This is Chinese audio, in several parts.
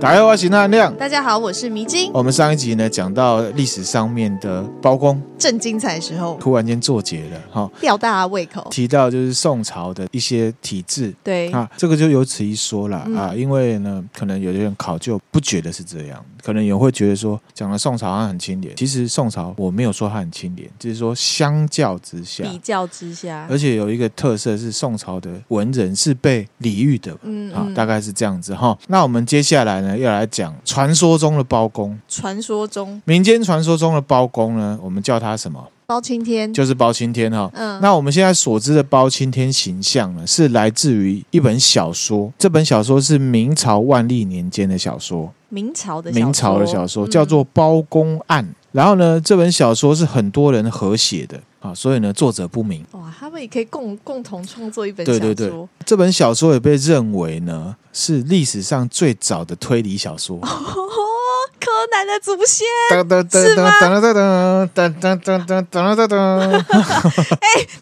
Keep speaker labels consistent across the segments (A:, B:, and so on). A: 打开花形汉亮。
B: 大家好，我是迷津。
A: 我们上一集呢讲到历史上面的包公
B: 正精彩时候
A: 突然间作结了，哈、
B: 吊大家胃 口，
A: 提到就是宋朝的一些体制。
B: 对，嗯
A: 啊，这个就有此一说啦、啊，因为呢，可能有些人考究不觉得是这样，可能也会觉得说，讲了宋朝好像很清廉，其实宋朝我没有说它很清廉，就是说相较之下，
B: 比较之下，
A: 而且有一个特色是宋朝的文人是被礼遇的，
B: 嗯
A: 啊，
B: 嗯
A: 大概是这样子哈。那我们接下来呢，要来讲传说中的包公，
B: 传说中
A: 民间传说中的包公呢，我们叫他什么？
B: 包青天，
A: 就是包青天哈。
B: 嗯
A: 那我们现在所知的包青天形象呢，是来自于一本小
B: 嗯
A: 说，这本小说是明朝万历年间的小说，
B: 明朝的小说
A: 明朝的小说
B: 嗯
A: 叫做《包公案》。然后呢，这本小说是很多人合写的啊，所以呢，作者不明。
B: 哇，他们也可以共共同创作一本小
A: 对
B: 说，
A: 对对，这本小说也被认为呢是历史上最早的推理小 说。
B: 哦柯南的祖先，
A: 噔噔噔
B: 是吗
A: 噔噔噔噔噔噔噔噔噔。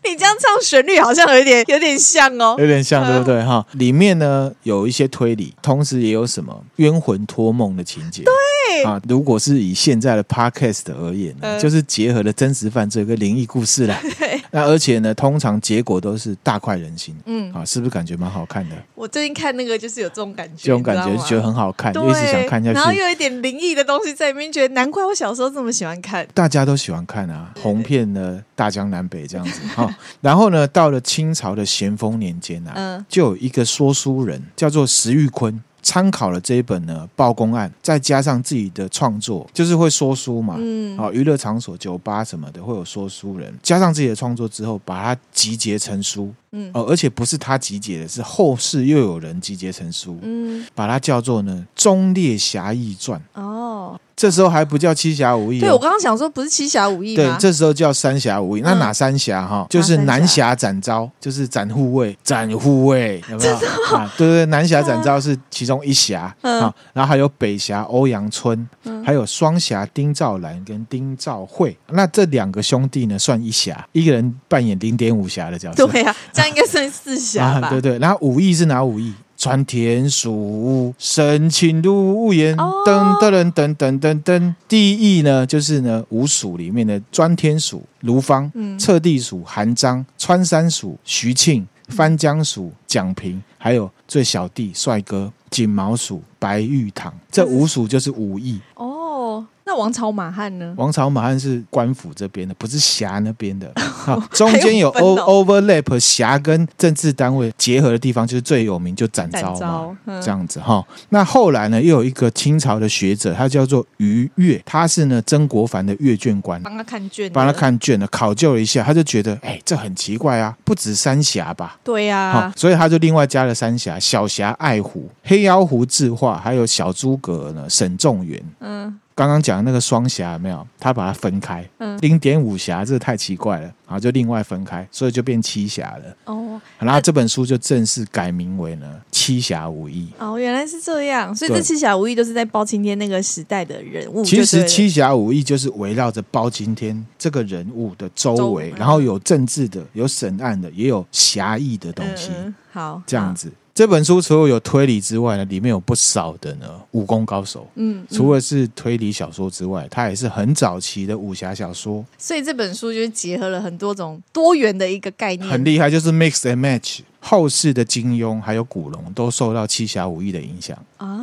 B: 你这样唱旋律好像有一点有点像哦，
A: 有点像，对不对？哈，里面呢有一些推理，同时也有什么冤魂托梦的情节。对啊，如果是以现在的 podcast 而言呢，
B: 嗯
A: 就是结合了真实犯罪跟灵异故事啦。 那而且呢，通常结果都是大快人心。
B: 嗯，
A: 啊，是不是感觉蛮好 看的？
B: 我最近看那个就是有这种感觉，
A: 这种感觉
B: 你
A: 就
B: 知道吗
A: 觉得很好看，就一直想看
B: 对，
A: 下
B: 然后
A: 去
B: 又。有一点灵异的东西在里面，觉得难怪我小时候这么喜欢看。
A: 大家都喜欢看 啊，红遍了大江南北这样子哈、然后呢，到了清朝的咸丰年间啊，
B: 嗯
A: 就有一个说书人叫做石玉坤。参考了这一本呢《报公案》，再加上自己的创作，就是会说书嘛，
B: 嗯
A: 好、娱乐场所、酒吧什么的会有说书人，加上自己的创作之后，把它集结成书，
B: 嗯
A: 哦、而且不是他集结的，是后世又有人集结成书，
B: 嗯
A: 把它叫做呢《忠烈侠义传》，
B: 哦，
A: 这时候还不叫七侠五义、哦，
B: 对我刚刚想说不是七侠五义
A: 对
B: 吗，？
A: 这时候叫三峡五义。那
B: 嗯
A: 哪三峡哈？就是南峡斩招，就是斩护卫，斩护卫有没有？啊，对对对，南峡斩招是其中一峡
B: 哦嗯
A: 啊，然后还有北峡欧阳春，
B: 嗯
A: 还有双峡丁兆兰跟丁兆惠。那这两个兄弟呢，算一峡，一个人扮演零点五峡的角色。
B: 对呀、这样应该算四侠吧？
A: 啊，对对。然后武艺是哪武艺？穿田鼠屋，神情入屋檐，
B: 哦
A: 噔噔噔噔噔噔噔。第一义呢，就是呢五鼠里面的专天鼠卢芳、
B: 嗯
A: 彻地鼠韩章、穿山鼠徐庆、翻江鼠蒋平，还有最小弟帅哥锦毛鼠白玉堂。这五鼠就是武艺。
B: 哦，那王朝马汉呢？
A: 王朝马汉是官府这边的，不是辖那边 的。好，中间有
B: 还有
A: o
B: 分哦
A: overlap 辖跟政治单位结合的地方，就是最有名就展昭
B: 展
A: 嘛
B: 昭，嗯
A: 这样子哈。那后来呢，又有一个清朝的学者，他叫做于越，他是呢曾国藩的阅卷官。
B: 帮他看卷的，
A: 帮他看卷了，考究了一下，他就觉得，哎、这很奇怪啊，不止三峡吧，
B: 对呀、
A: 好、所以他就另外加了三峡：小峡爱湖、黑妖湖智化，还有小诸葛呢沈仲元。
B: 嗯，
A: 刚刚讲的那个双峡有没有？他把它分开，
B: 嗯
A: 零点五峡这个太奇怪了，然后就另外分开，所以就变七峡了。
B: 哦
A: 然后这本书就正式改名为呢《七峡五义》。
B: 哦，原来是这样，所以这
A: 对
B: 七侠五义都是在包青天那个时代的人物就对
A: 其
B: 了。
A: 实七侠五义就是围绕着包青天这个人物的周
B: 周
A: 围
B: 围，
A: 然后有政治的，有审案的，也有侠义的东西，
B: 嗯嗯好
A: 这样
B: 好
A: 子。这本书除了有推理之外呢，里面有不少的呢武功高手。
B: 嗯，嗯
A: 除了是推理小说之外，它也是很早期的武侠小说，
B: 所以这本书就是结合了很多种多元的一个概念，
A: 很厉害，就是 mix and match。后世的金庸还有古龙都受到七侠五义的影响，
B: 啊，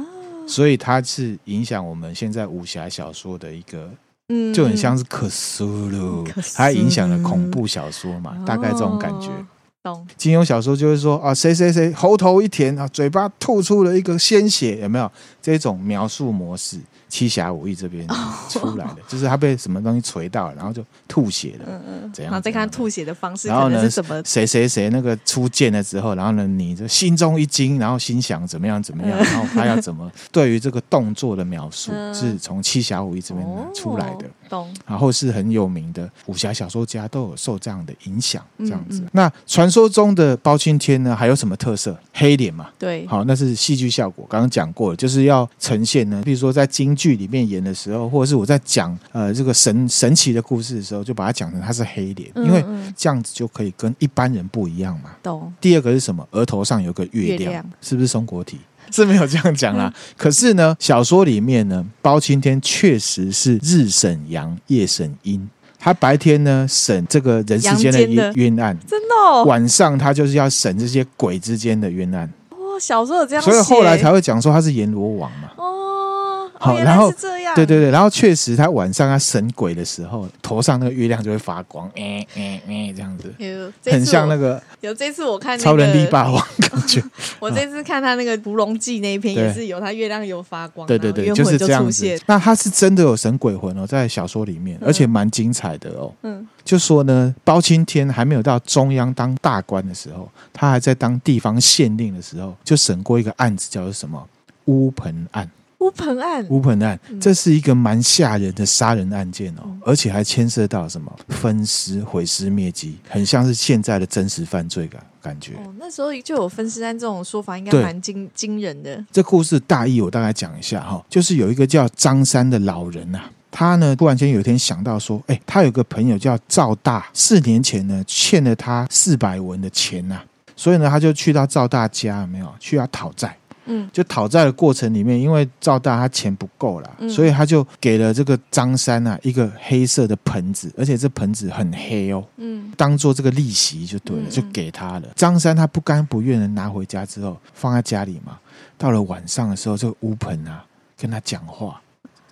A: 所以它是影响我们现在武侠小说的一个，
B: 嗯
A: 就很像是克苏鲁
B: 克苏，鲁
A: 它影响了恐怖小说嘛，大概这种感觉。
B: 哦懂，
A: 金庸小说就会说啊，谁谁谁喉头一甜啊，嘴巴吐出了一个鲜血，有没有这种描述模式？七侠五义这边
B: 哦
A: 出来的，就是他被什么东西锤到，然后就吐血了，怎样？
B: 嗯然后再看他
A: 怎样
B: 吐血的方式
A: 然后
B: 可能
A: 呢
B: 是什么，
A: 谁谁谁那个出剑了之后，然后呢，你就心中一惊，然后心想怎么样怎么样，然后他要怎 么对于这个动作的描述
B: 嗯
A: 是从七侠五义这边出来的。
B: 哦，懂？
A: 然后是很有名的武侠小说家都有受这样的影响，这样子。
B: 嗯嗯
A: 那传说中的包青天呢，还有什么特色？黑脸嘛，
B: 对，
A: 好，那是戏剧效果。刚刚讲过了，就是要呈现呢，比如说在京剧里面演的时候，或者是我在讲呃这个神神奇的故事的时候，就把它讲成它是黑脸，
B: 嗯
A: 因为
B: 嗯
A: 这样子就可以跟一般人不一样嘛。
B: 懂。
A: 第二个是什么？额头上有个月亮，
B: 月亮嗯
A: 是不是松果体？ 是没有这样讲啦。可是呢，小说里面呢，包青天确实是日审阳，夜审阴。他白天呢审这个人世间的
B: 阳间
A: 冤
B: 的
A: 冤案，
B: 真的哦，
A: 晚上他就是要审这些鬼之间的冤案，
B: 哇哦小时候有这样写，
A: 所以后来才会讲说他是阎罗王嘛。
B: 哦，
A: 好
B: 哦原
A: 然
B: 来
A: 后
B: 是这样，
A: 对对对，然后确实他晚上他审鬼的时候，头上那个月亮就会发光，哎哎哎，这样子，
B: 有，
A: 很像那
B: 个。
A: 个
B: 有这次我看那个
A: 超人力霸王感 觉。
B: 我这次看他那个《屠龙记》那一篇
A: 对
B: 也是有，他月亮有发光，
A: 对对对，
B: 然后冤
A: 就
B: 魂
A: 是
B: 就
A: 这样
B: 出
A: 子
B: 现。。
A: 那他是真的有神鬼魂哦，在小说里面，
B: 嗯
A: 而且蛮精彩的哦。
B: 嗯，
A: 就说呢，包青天还没有到中央当大官的时候，他还在当地方县令的时候，就审过一个案子，叫做什么乌盆案。
B: 乌盆案，
A: 乌盆案，
B: 嗯
A: 这是一个蛮吓人的杀人案件哦，而且还牵涉到什么分尸、毁尸灭迹，很像是现在的真实犯罪感感觉。
B: 哦，那时候就有分尸案这种说法，应该
A: 对
B: 蛮惊惊人的。
A: 这故事大意我大概讲一下哈，就是有一个叫张三的老人啊。他呢，突然间有一天想到说，哎，他有个朋友叫赵大，四年前呢欠了他四百文的钱呐、啊所以呢，他就去到赵大家，有没有去要讨债。
B: 嗯，
A: 就讨债的过程里面，因为赵大他钱不够啦，
B: 嗯
A: 所以他就给了这个张三啊一个黑色的盆子，而且这盆子很黑哦，
B: 嗯，
A: 当做这个利息就对了，
B: 嗯
A: 就给他了。张三他不甘不愿的拿回家之后，放在家里嘛。到了晚上的时候，这个乌盆啊跟他讲话：“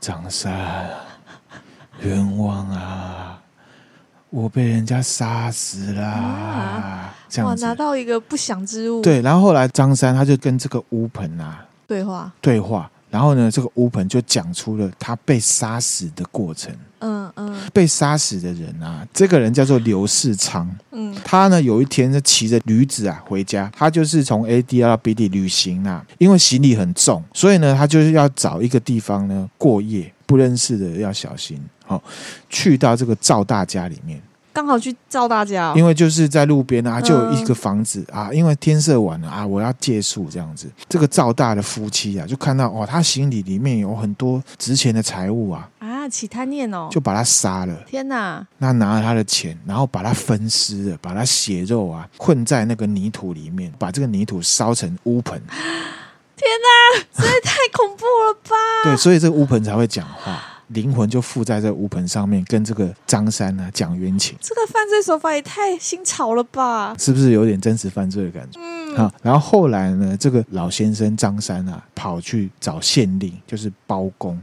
A: 张三，冤枉啊，我被人家杀死啦。
B: 啊
A: 这
B: 哇，
A: 样
B: 拿
A: 子。
B: 到一个不祥之物，
A: 对，然后后来张三他就跟这个乌盆啊
B: 对话，
A: 对话，然后呢，这个乌盆就讲出了他被杀死的过程。
B: 嗯嗯
A: 被杀死的人啊，这个人叫做刘世昌。
B: 嗯，
A: 他呢有一天是骑着驴子啊回家，他就是从 A D 到 B D 旅行啊，因为行李很重，所以呢他就是要找一个地方呢过夜，不认识的要小心。好、去到这个赵大家里面，
B: 刚好去照大家哦，
A: 因为就是在路边啊，
B: 嗯
A: 就有一个房子啊，因为天色晚了啊，我要借宿这样子。这个赵大的夫妻啊，就看到哦，他行李里面有很多值钱的财物啊，
B: 啊，起贪念哦，
A: 就把他杀了。
B: 天哪，
A: 那拿了他的钱，然后把它分尸了，把它血肉啊混在那个泥土里面，把这个泥土烧成乌盆。
B: 太恐怖了吧？
A: 对，所以这个乌盆才会讲话，灵魂就附在这乌盆上面，跟这个张三啊讲冤情，
B: 这个犯罪手法也太新潮了吧？
A: 是不是有点真实犯罪的感觉？
B: 嗯，
A: 啊，然后后来呢，这个老先生张三啊，跑去找县令，就是包公，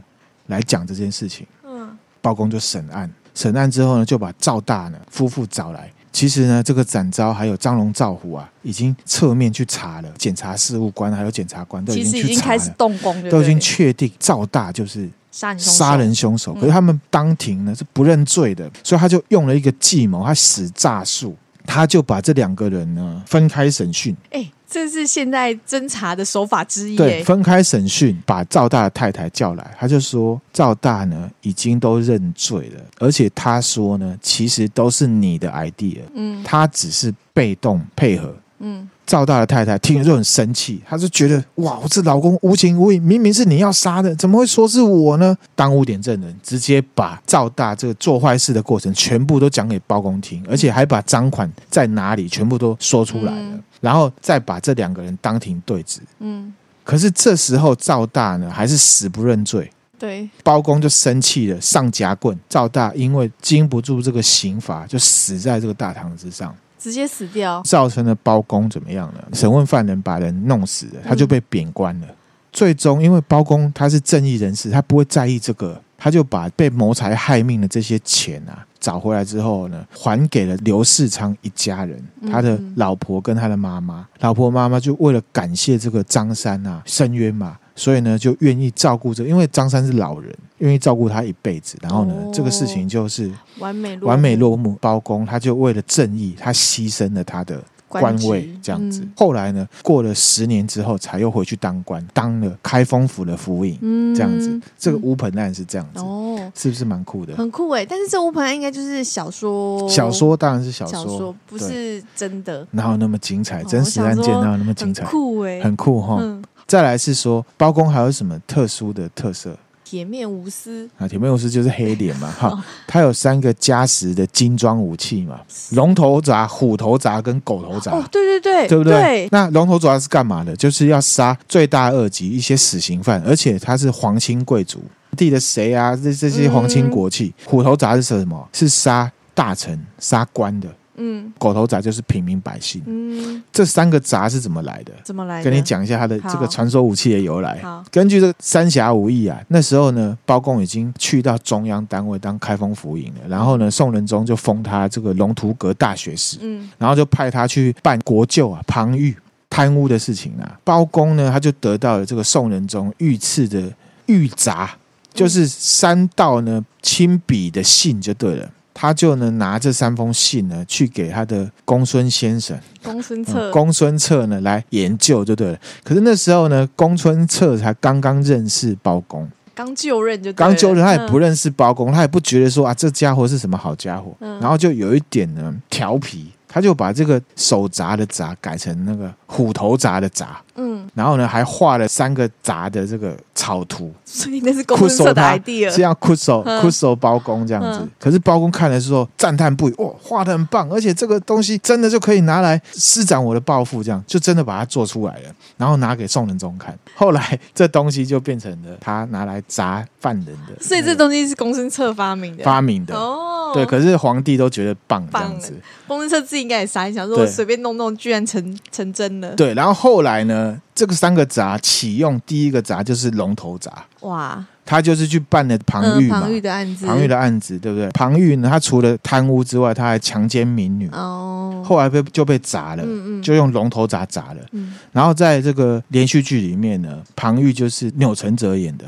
A: 来讲这件事情。
B: 嗯，
A: 包公就审案，审案之后呢，就把赵大呢夫妇找来。其实呢，这个展昭还有张龙、赵虎啊，已经侧面去查了，检察事务官还有检察官都
B: 其
A: 已
B: 实
A: 经
B: 已
A: 去
B: 经
A: 查
B: 开始
A: 了，
B: 动工就对了，
A: 都已经确定赵大就是
B: 杀人凶手
A: 杀，人凶手。
B: 嗯
A: 可是他们当庭呢是不认罪的，所以他就用了一个计谋，他使诈术，他就把这两个人呢分开审讯，
B: 哎，这是现在侦查的手法之一，
A: 对，
B: 哎，
A: 分开审讯，把赵大的太太叫来，他就说赵大呢已经都认罪了，而且他说呢，其实都是你的 idea，
B: 嗯
A: 他只是被动配合。
B: 嗯，
A: 赵大的太太听了就很生气，她就觉得哇，我这老公无情无义，明明是你要杀的，怎么会说是我呢？当污点证人，直接把赵大这个做坏事的过程全部都讲给包公听，而且还把赃款在哪里全部都说出来了，
B: 嗯
A: 然后再把这两个人当庭对质。
B: 嗯，
A: 可是这时候赵大呢，还是死不认罪。
B: 对，
A: 包公就生气了，上夹棍。赵大因为经不住这个刑罚，就死在这个大堂之上，
B: 直接死掉，
A: 造成了包公怎么样呢？审问犯人，把人弄死
B: 嗯
A: 了，他就被贬官了。最终，因为包公他是正义人士，他不会在意这个，他就把被谋财害命的这些钱啊找回来之后呢，还给了刘世昌一家人，
B: 嗯
A: 他的老婆跟他的妈妈。老婆妈妈就为了感谢这个张三啊，伸冤嘛，所以呢就愿意照顾这因为张三是老人，愿意照顾他一辈子。然后呢，
B: 哦
A: 这个事情就是
B: 完美落
A: 完美落幕。包公他就为了正义，他牺牲了他的官位
B: 职，
A: 这样子。
B: 嗯
A: 后来呢，过了十年之后，才又回去当官，当了开封府的府尹，
B: 嗯
A: 这样子。这个乌盆案是这样子，
B: 哦，
A: 是不是蛮酷的？
B: 很酷哎！但是这乌盆案应该就是小说，
A: 小说当然是小
B: 小
A: 说，
B: 不
A: 对
B: 是真的，
A: 哪有那么精彩？
B: 哦
A: 真实案件
B: 我想说
A: 哪有那么精
B: 很
A: 彩？
B: 酷哎，
A: 很酷哈。
B: 嗯，
A: 再来是说包公还有什么特殊的特色
B: 铁面无私，
A: 啊？铁面无私就是黑脸嘛
B: 哦
A: 哈，他有三个加时的精装武器嘛，龙头铡、虎头铡跟狗头铡。
B: 哦，对对对，
A: 对不对？
B: 对，
A: 那龙头铡是干嘛的？就是要杀罪大恶极一些死刑犯，而且他是皇亲贵族，地的谁啊？这这些皇亲国戚。
B: 嗯
A: 虎头铡是什么？是杀大臣、杀官的。
B: 嗯
A: 狗头铡就是平民百姓。
B: 嗯，
A: 这三个铡是怎么来的？
B: 怎么来？
A: 跟你，讲一下它的
B: 好
A: 这个传说武器的由来
B: 好。
A: 根据这个三峡武义啊，那时候呢，包公已经去到中央单位当开封府尹了，然后呢，宋仁宗就封他这个龙图阁大学士，
B: 嗯
A: 然后就派他去办国舅啊、庞昱贪污的事情啊。包公呢，他就得到了这个宋仁宗御赐的御札，就是三道呢亲笔的信就对了。他就呢拿这三封信呢去给他的公孙先生。
B: 公孙
A: 嗯
B: 策，
A: 公孙策呢来研究就对了。可是那时候呢，公孙策才刚刚认识包公，
B: 刚就任就对了
A: 刚就任他也不
B: 嗯
A: 认识包公，他也不觉得说啊这家伙是什么好家伙，
B: 嗯
A: 然后就有一点呢调皮。他就把这个手铡的铡改成那个虎头铡的铡，
B: 嗯，
A: 然后呢还画了三个铡的这个草 图，
B: 所以那是公孙策的
A: 他
B: idea，
A: 是要酷手
B: 嗯
A: 酷手包公这样子
B: 嗯。
A: 可是包公看的时候赞叹不已，哇，画的很棒，而且这个东西真的就可以拿来施展我的抱负，这样就真的把它做出来了，然后拿给宋仁宗看。后来 这东西就变成了他拿来砸犯人的，
B: 所以这东西是公孙策发明的。
A: 发明的。
B: 哦，
A: 对，可是皇帝都觉得棒这样子
B: 棒，公孙策自己应该也傻眼，想说我
A: 对
B: 随便弄弄，居然成成真了。
A: 对。然后后来呢，这个三个铡启用，第一个铡就是龙头铡，
B: 哇，
A: 他就是去办了庞
B: 嗯，
A: 昱嘛
B: 庞，昱的案子，
A: 庞昱的案子，对不对？庞昱呢，他除了贪污之外，他还强奸民女，
B: 哦，
A: 后来被就被砸了，
B: 嗯嗯
A: 就用龙头铡砸了。
B: 嗯
A: 然后在这个连续剧里面呢，庞昱就是钮承泽演 的。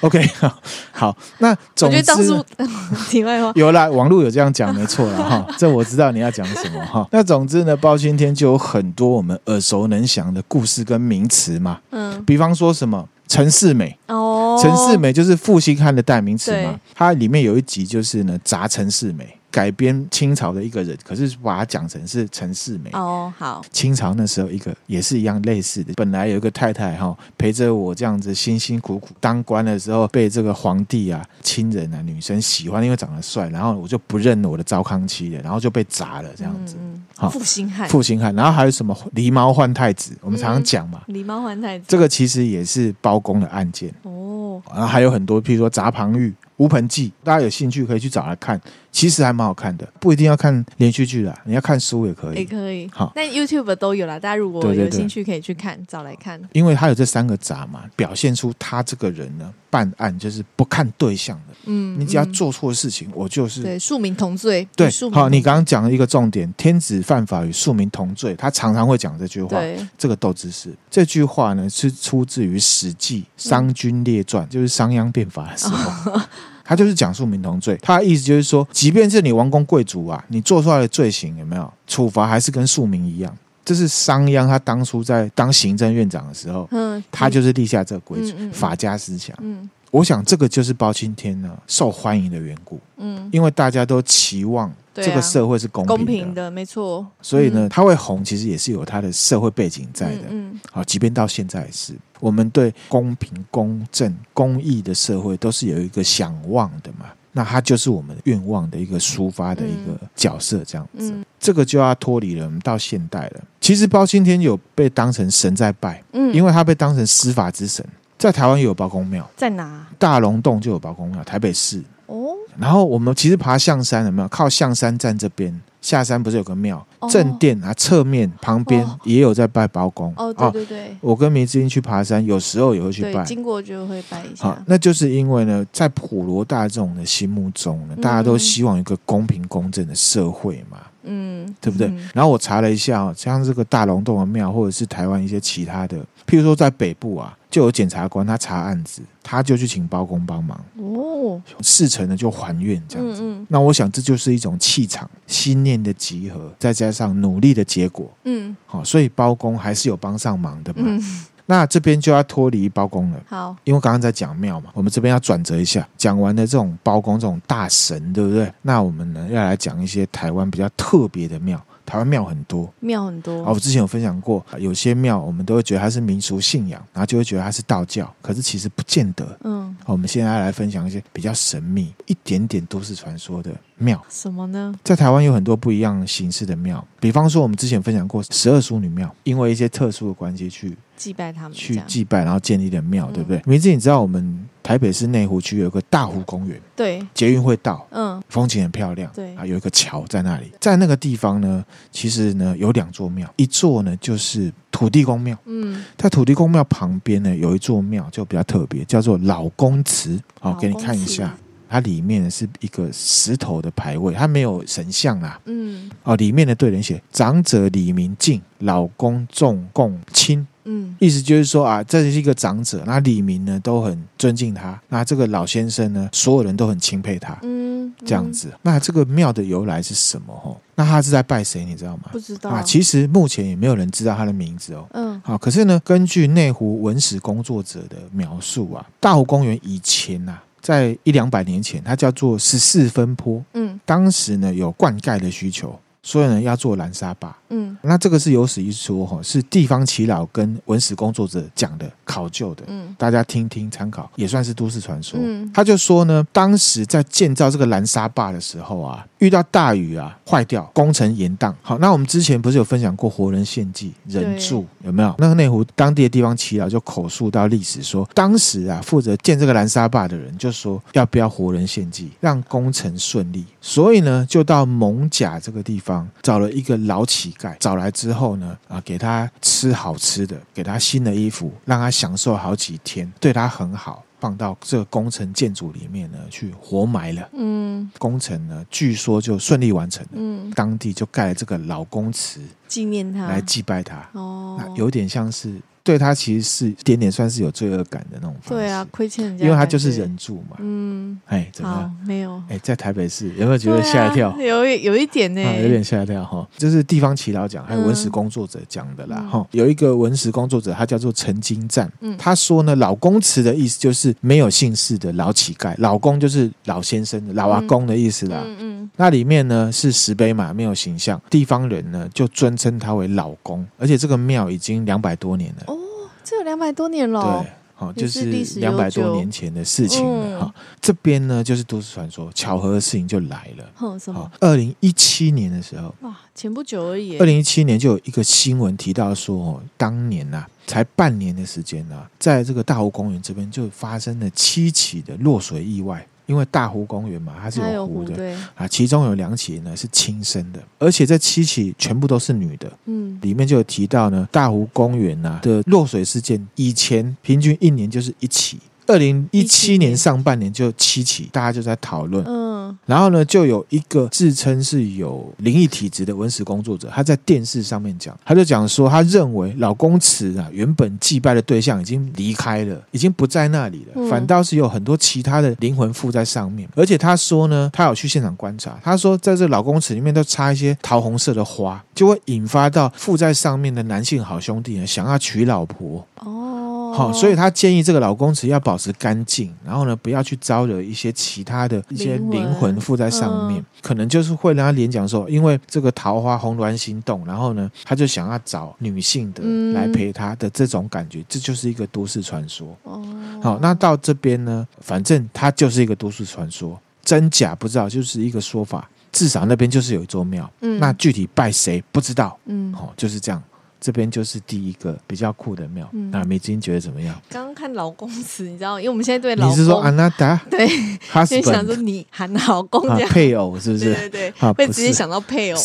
A: OK，好好，那
B: 我
A: 总
B: 觉得当
A: 之
B: 初 题外话，
A: 有啦，网络有这样讲，没错了 哈。这我知道你要讲什么哈。那总之呢，包青天就有很多我们耳熟能详的故事跟名词嘛，
B: 嗯，
A: 比方说什么陈世美，
B: 哦，
A: 陈世，美就是负心汉的代名词嘛
B: 对。
A: 它里面有一集就是呢，砸陈世美，改编清朝的一个人，可是把它讲成是陈世美。
B: 哦，好，
A: 清朝那时候一个也是一样类似的，本来有一个太太哈、陪着我这样子辛辛苦苦当官的时候，被这个皇帝啊、亲人啊、女生喜欢，因为长得帅，然后我就不认我的糟糠妻了，然后就被砸了这样子。
B: 嗯，
A: 好
B: 嗯负心汉，
A: 负心汉，然后还有什么狸猫换太子，我们常常讲嘛，
B: 狸猫换太子，
A: 这个其实也是包公的案件。
B: 哦，
A: 然后还有很多，譬如说《杂旁玉》《乌盆记》，大家有兴趣可以去找来看，其实还蛮好看的，不一定要看连续剧啦，你要看书也可以。
B: 也可以。
A: 好
B: 那 YouTube 都有啦，大家如果
A: 对对
B: 有
A: 对
B: 兴趣可以去看，找来看。
A: 因为他有这三个杂嘛，表现出他这个人呢，办案就是不看对象的，
B: 嗯，
A: 你只要
B: 嗯
A: 做错事情，我就是
B: 对庶民同罪，
A: 对
B: 与庶。民
A: 好，你
B: 同
A: 刚刚讲了一个重点，天子犯法与庶民同罪，他常常会讲这句话。
B: 对，
A: 这个斗智士这句话呢，是出自于《史记·
B: 嗯
A: 商君列传》就是商鞅变法的时 候，他就是讲述民同罪。他的意思就是说，即便是你王公贵族啊，你做出来的罪行有没有处罚，还是跟庶民一样。这是商鞅他当初在当行政院长的时候，
B: 嗯，
A: 他就是立下这个规矩
B: 嗯嗯，嗯
A: 法家思想。
B: 嗯
A: 我想这个就是包青天呢受欢迎的缘故，
B: 嗯
A: 因为大家都期望
B: 对啊
A: 这个社会是公
B: 公
A: 平
B: 平
A: 的，
B: 的，没错。
A: 所以呢，他会红其实也是有他的社会背景在的。
B: 嗯，嗯
A: 好，即便到现在也是，我们对公平、公正、公义的社会都是有一个想望的嘛。那它就是我们愿望的一个抒发的一个角色，这样子。
B: 嗯
A: 这个就要脱离了，我们到现代了。其实包青天有被当成神在拜，
B: 嗯，
A: 因
B: 为
A: 为他被当成司法之神。在台湾也有包公庙，
B: 在哪？
A: 大龙洞就有包公庙，台北市。
B: 哦，
A: 然后我们其实爬象山有没有？靠象山站这边，下山不是有个庙？
B: 哦
A: 正殿啊，侧面旁边
B: 哦
A: 也有在拜包公。
B: 哦，
A: 啊
B: 对对对，
A: 我跟迷之音去爬山，有时候也会去拜啊
B: 对，。经过就会拜一
A: 好
B: 下，。
A: 那就是因为呢，在普罗大众的心目中呢，
B: 嗯
A: 大家都希望一个公平公正的社会嘛。
B: 嗯，
A: 对不对？
B: 嗯
A: 然后我查了一下、哦，像这个大龙洞的庙，或者是台湾一些其他的，譬如说在北部啊，就有检察官他查案子，他就去请包公帮忙，
B: 哦，
A: 事成了就还愿这样子。
B: 嗯
A: 那我想这就是一种气场、心念的集合，再加上努力的结果。
B: 嗯
A: 好、所以包公还是有帮上忙的嘛。
B: 嗯，
A: 那这边就要脱离包公了。
B: 好，
A: 因为刚刚在讲庙嘛，我们这边要转折一下，讲完了这种包公这种大神，对不对？那我们呢要来讲一些台湾比较特别的庙，台湾庙很多。
B: 庙很多
A: 啊，我之前有分享过，有些庙我们都会觉得它是民俗信仰，然后就会觉得它是道教，可是其实不见得。
B: 嗯，
A: 好我们现在来分享一些比较神秘、一点点都市传说的庙，
B: 什么呢？
A: 在台湾有很多不一样形式的庙，比方说我们之前分享过十二淑女庙，因为一些特殊的关系去
B: 祭拜他们这
A: 去
B: 样，
A: 祭拜，然后建立的庙，
B: 嗯
A: 对不对？名字你知道我们台北市内湖区有一个大湖公园，
B: 对，
A: 捷运会到。
B: 嗯
A: 风景很漂亮，
B: 对
A: 啊，有一个桥在那里，在那个地方呢，其实呢有两座庙，一座呢就是土地公庙，
B: 嗯，
A: 在土地公庙旁边呢有一座庙就比较特别，叫做老公祠，好、
B: 老公祠
A: 给你看一下，它里面呢是一个石头的牌位，它没有神像啦，
B: 嗯
A: 哦，里面的对联写长者李明敬，老公众共亲，
B: 嗯
A: 意思就是说啊，这是一个长者，那李明呢都很尊敬他，那这个老先生呢，所有人都很钦佩他，
B: 嗯，
A: 这样子。那这个庙的由来是什么？吼，那他是在拜谁，你知道吗
B: 嗯，？不知道
A: 啊，其实目前也没有人知道他的名字哦。
B: 嗯
A: 好，可是呢，根据内湖文史工作者的描述啊，大湖公园以前啊，在一两百年前，它叫做十四分坡，
B: 嗯
A: 当时呢有灌溉的需求，所以呢要做拦沙坝。
B: 嗯
A: 那这个是有史一说哈，是地方耆老跟文史工作者讲的考究的，
B: 嗯
A: 大家听听参考，也算是都市传说。
B: 嗯
A: 他就说呢，当时在建造这个拦沙坝的时候啊，遇到大雨啊，坏掉，工程延宕。好，那我们之前不是有分享过活人献祭人柱有没有？那个内湖当地的地方啊耆老就口述到历史说，当时啊，负责建这个拦沙坝的人就说，要不要活人献祭，让工程顺利。所以呢，就到蒙甲这个地方找了一个老乞丐，找来之后呢，啊，给他吃好吃的，给他新的衣服，让他享受好几天，对他很好。放到这个工程建筑里面呢去活埋了。
B: 嗯
A: 工程呢，据说就顺利完成了，
B: 嗯，
A: 当地就盖了这个老公祠
B: 纪念他
A: 来祭拜他，
B: 哦
A: 那，有点像是对他其实是一点点算是有罪恶感的那种方式，
B: 对啊，亏欠人家，
A: 因为他就是，忍住嘛，
B: 嗯，
A: 哎，怎么
B: 好
A: 样？，
B: 没有，
A: 哎，在台北市有没有觉得吓一跳？
B: 对啊有一有一点呢、
A: 啊，有点吓一跳哈，这是地方祈祷讲，还有文史工作者讲的啦
B: 嗯
A: 哈、有一个文史工作者，他叫做陈金赞，
B: 嗯
A: 他说呢，老公词的意思就是没有姓氏的老乞丐，老公就是老先生的老阿公的意啊思啦。
B: 嗯嗯
A: 那里面呢是石碑嘛，没有形象，地方人呢就尊称他为老公，而且这个庙已经两百多年了，
B: 哦，这有两百多年了哦
A: 对，，好、
B: 也
A: 就是是
B: 历史悠
A: 两百多
B: 久
A: 年前的事情了
B: 嗯
A: 哈、这边呢就是都市传说，巧合的事情就来了。
B: 哼，什
A: 好
B: 么？，
A: 二零一七年的时候，
B: 哇，前不久而已
A: 二，零一七年就有一个新闻提到说，哦，当年呐、才半年的时间呐、在这个大湖公园这边就发生了七起的落水意外。因为大湖公园嘛，它是
B: 它
A: 有
B: 有
A: 湖
B: 湖
A: 的
B: 对，
A: 啊，其中有两起呢是亲生的，而且这七起全部都是女的。
B: 嗯
A: 里面就有提到呢，大湖公园呐、的落水事件，以前平均一年就是一起，二零一七
B: 17
A: 年
B: 年
A: 上半年就七起，大家就在讨论
B: 嗯
A: 然后呢，就有一个自称是有灵异体质的文史工作者，他在电视上面讲，他就讲说，他认为老公祠啊，原本祭拜的对象已经离开了，已经不在那里了，
B: 嗯
A: 反倒是有很多其他的灵魂附在上面。而且他说呢，他有去现场观察，他说在这老公祠里面都插一些桃红色的花，就会引发到附在上面的男性好兄弟呢，想要娶老婆。
B: 哦，
A: 好、所以他建议这个老公池要保持干净，然后呢，不要去招惹一些其他的一些
B: 灵魂
A: 灵魂附在上面，
B: 嗯
A: 可能就是会让他联讲说，因为这个桃花红鸾心动，然后呢，他就想要找女性的
B: 嗯
A: 来陪他的这种感觉，这就是一个都市传说。
B: 哦，
A: 好、那到这边呢，反正它就是一个都市传说，真假不知道，就是一个说法。至少那边就是有一座庙，
B: 嗯
A: 那具体拜谁不知道，
B: 嗯，
A: 哦，就是这样。这边就是第一个比较酷的庙，
B: 嗯
A: 那美金觉得怎么样？
B: 刚刚看老公词，你知道，因为我们现在哎对老公，
A: 你是说安娜达
B: 对，就想说
A: husband
B: 你喊老公
A: 啊
B: 这样，
A: 配偶是不是？
B: 对对对，
A: 啊
B: 会
A: 不
B: 直接
A: 是
B: 想到配偶，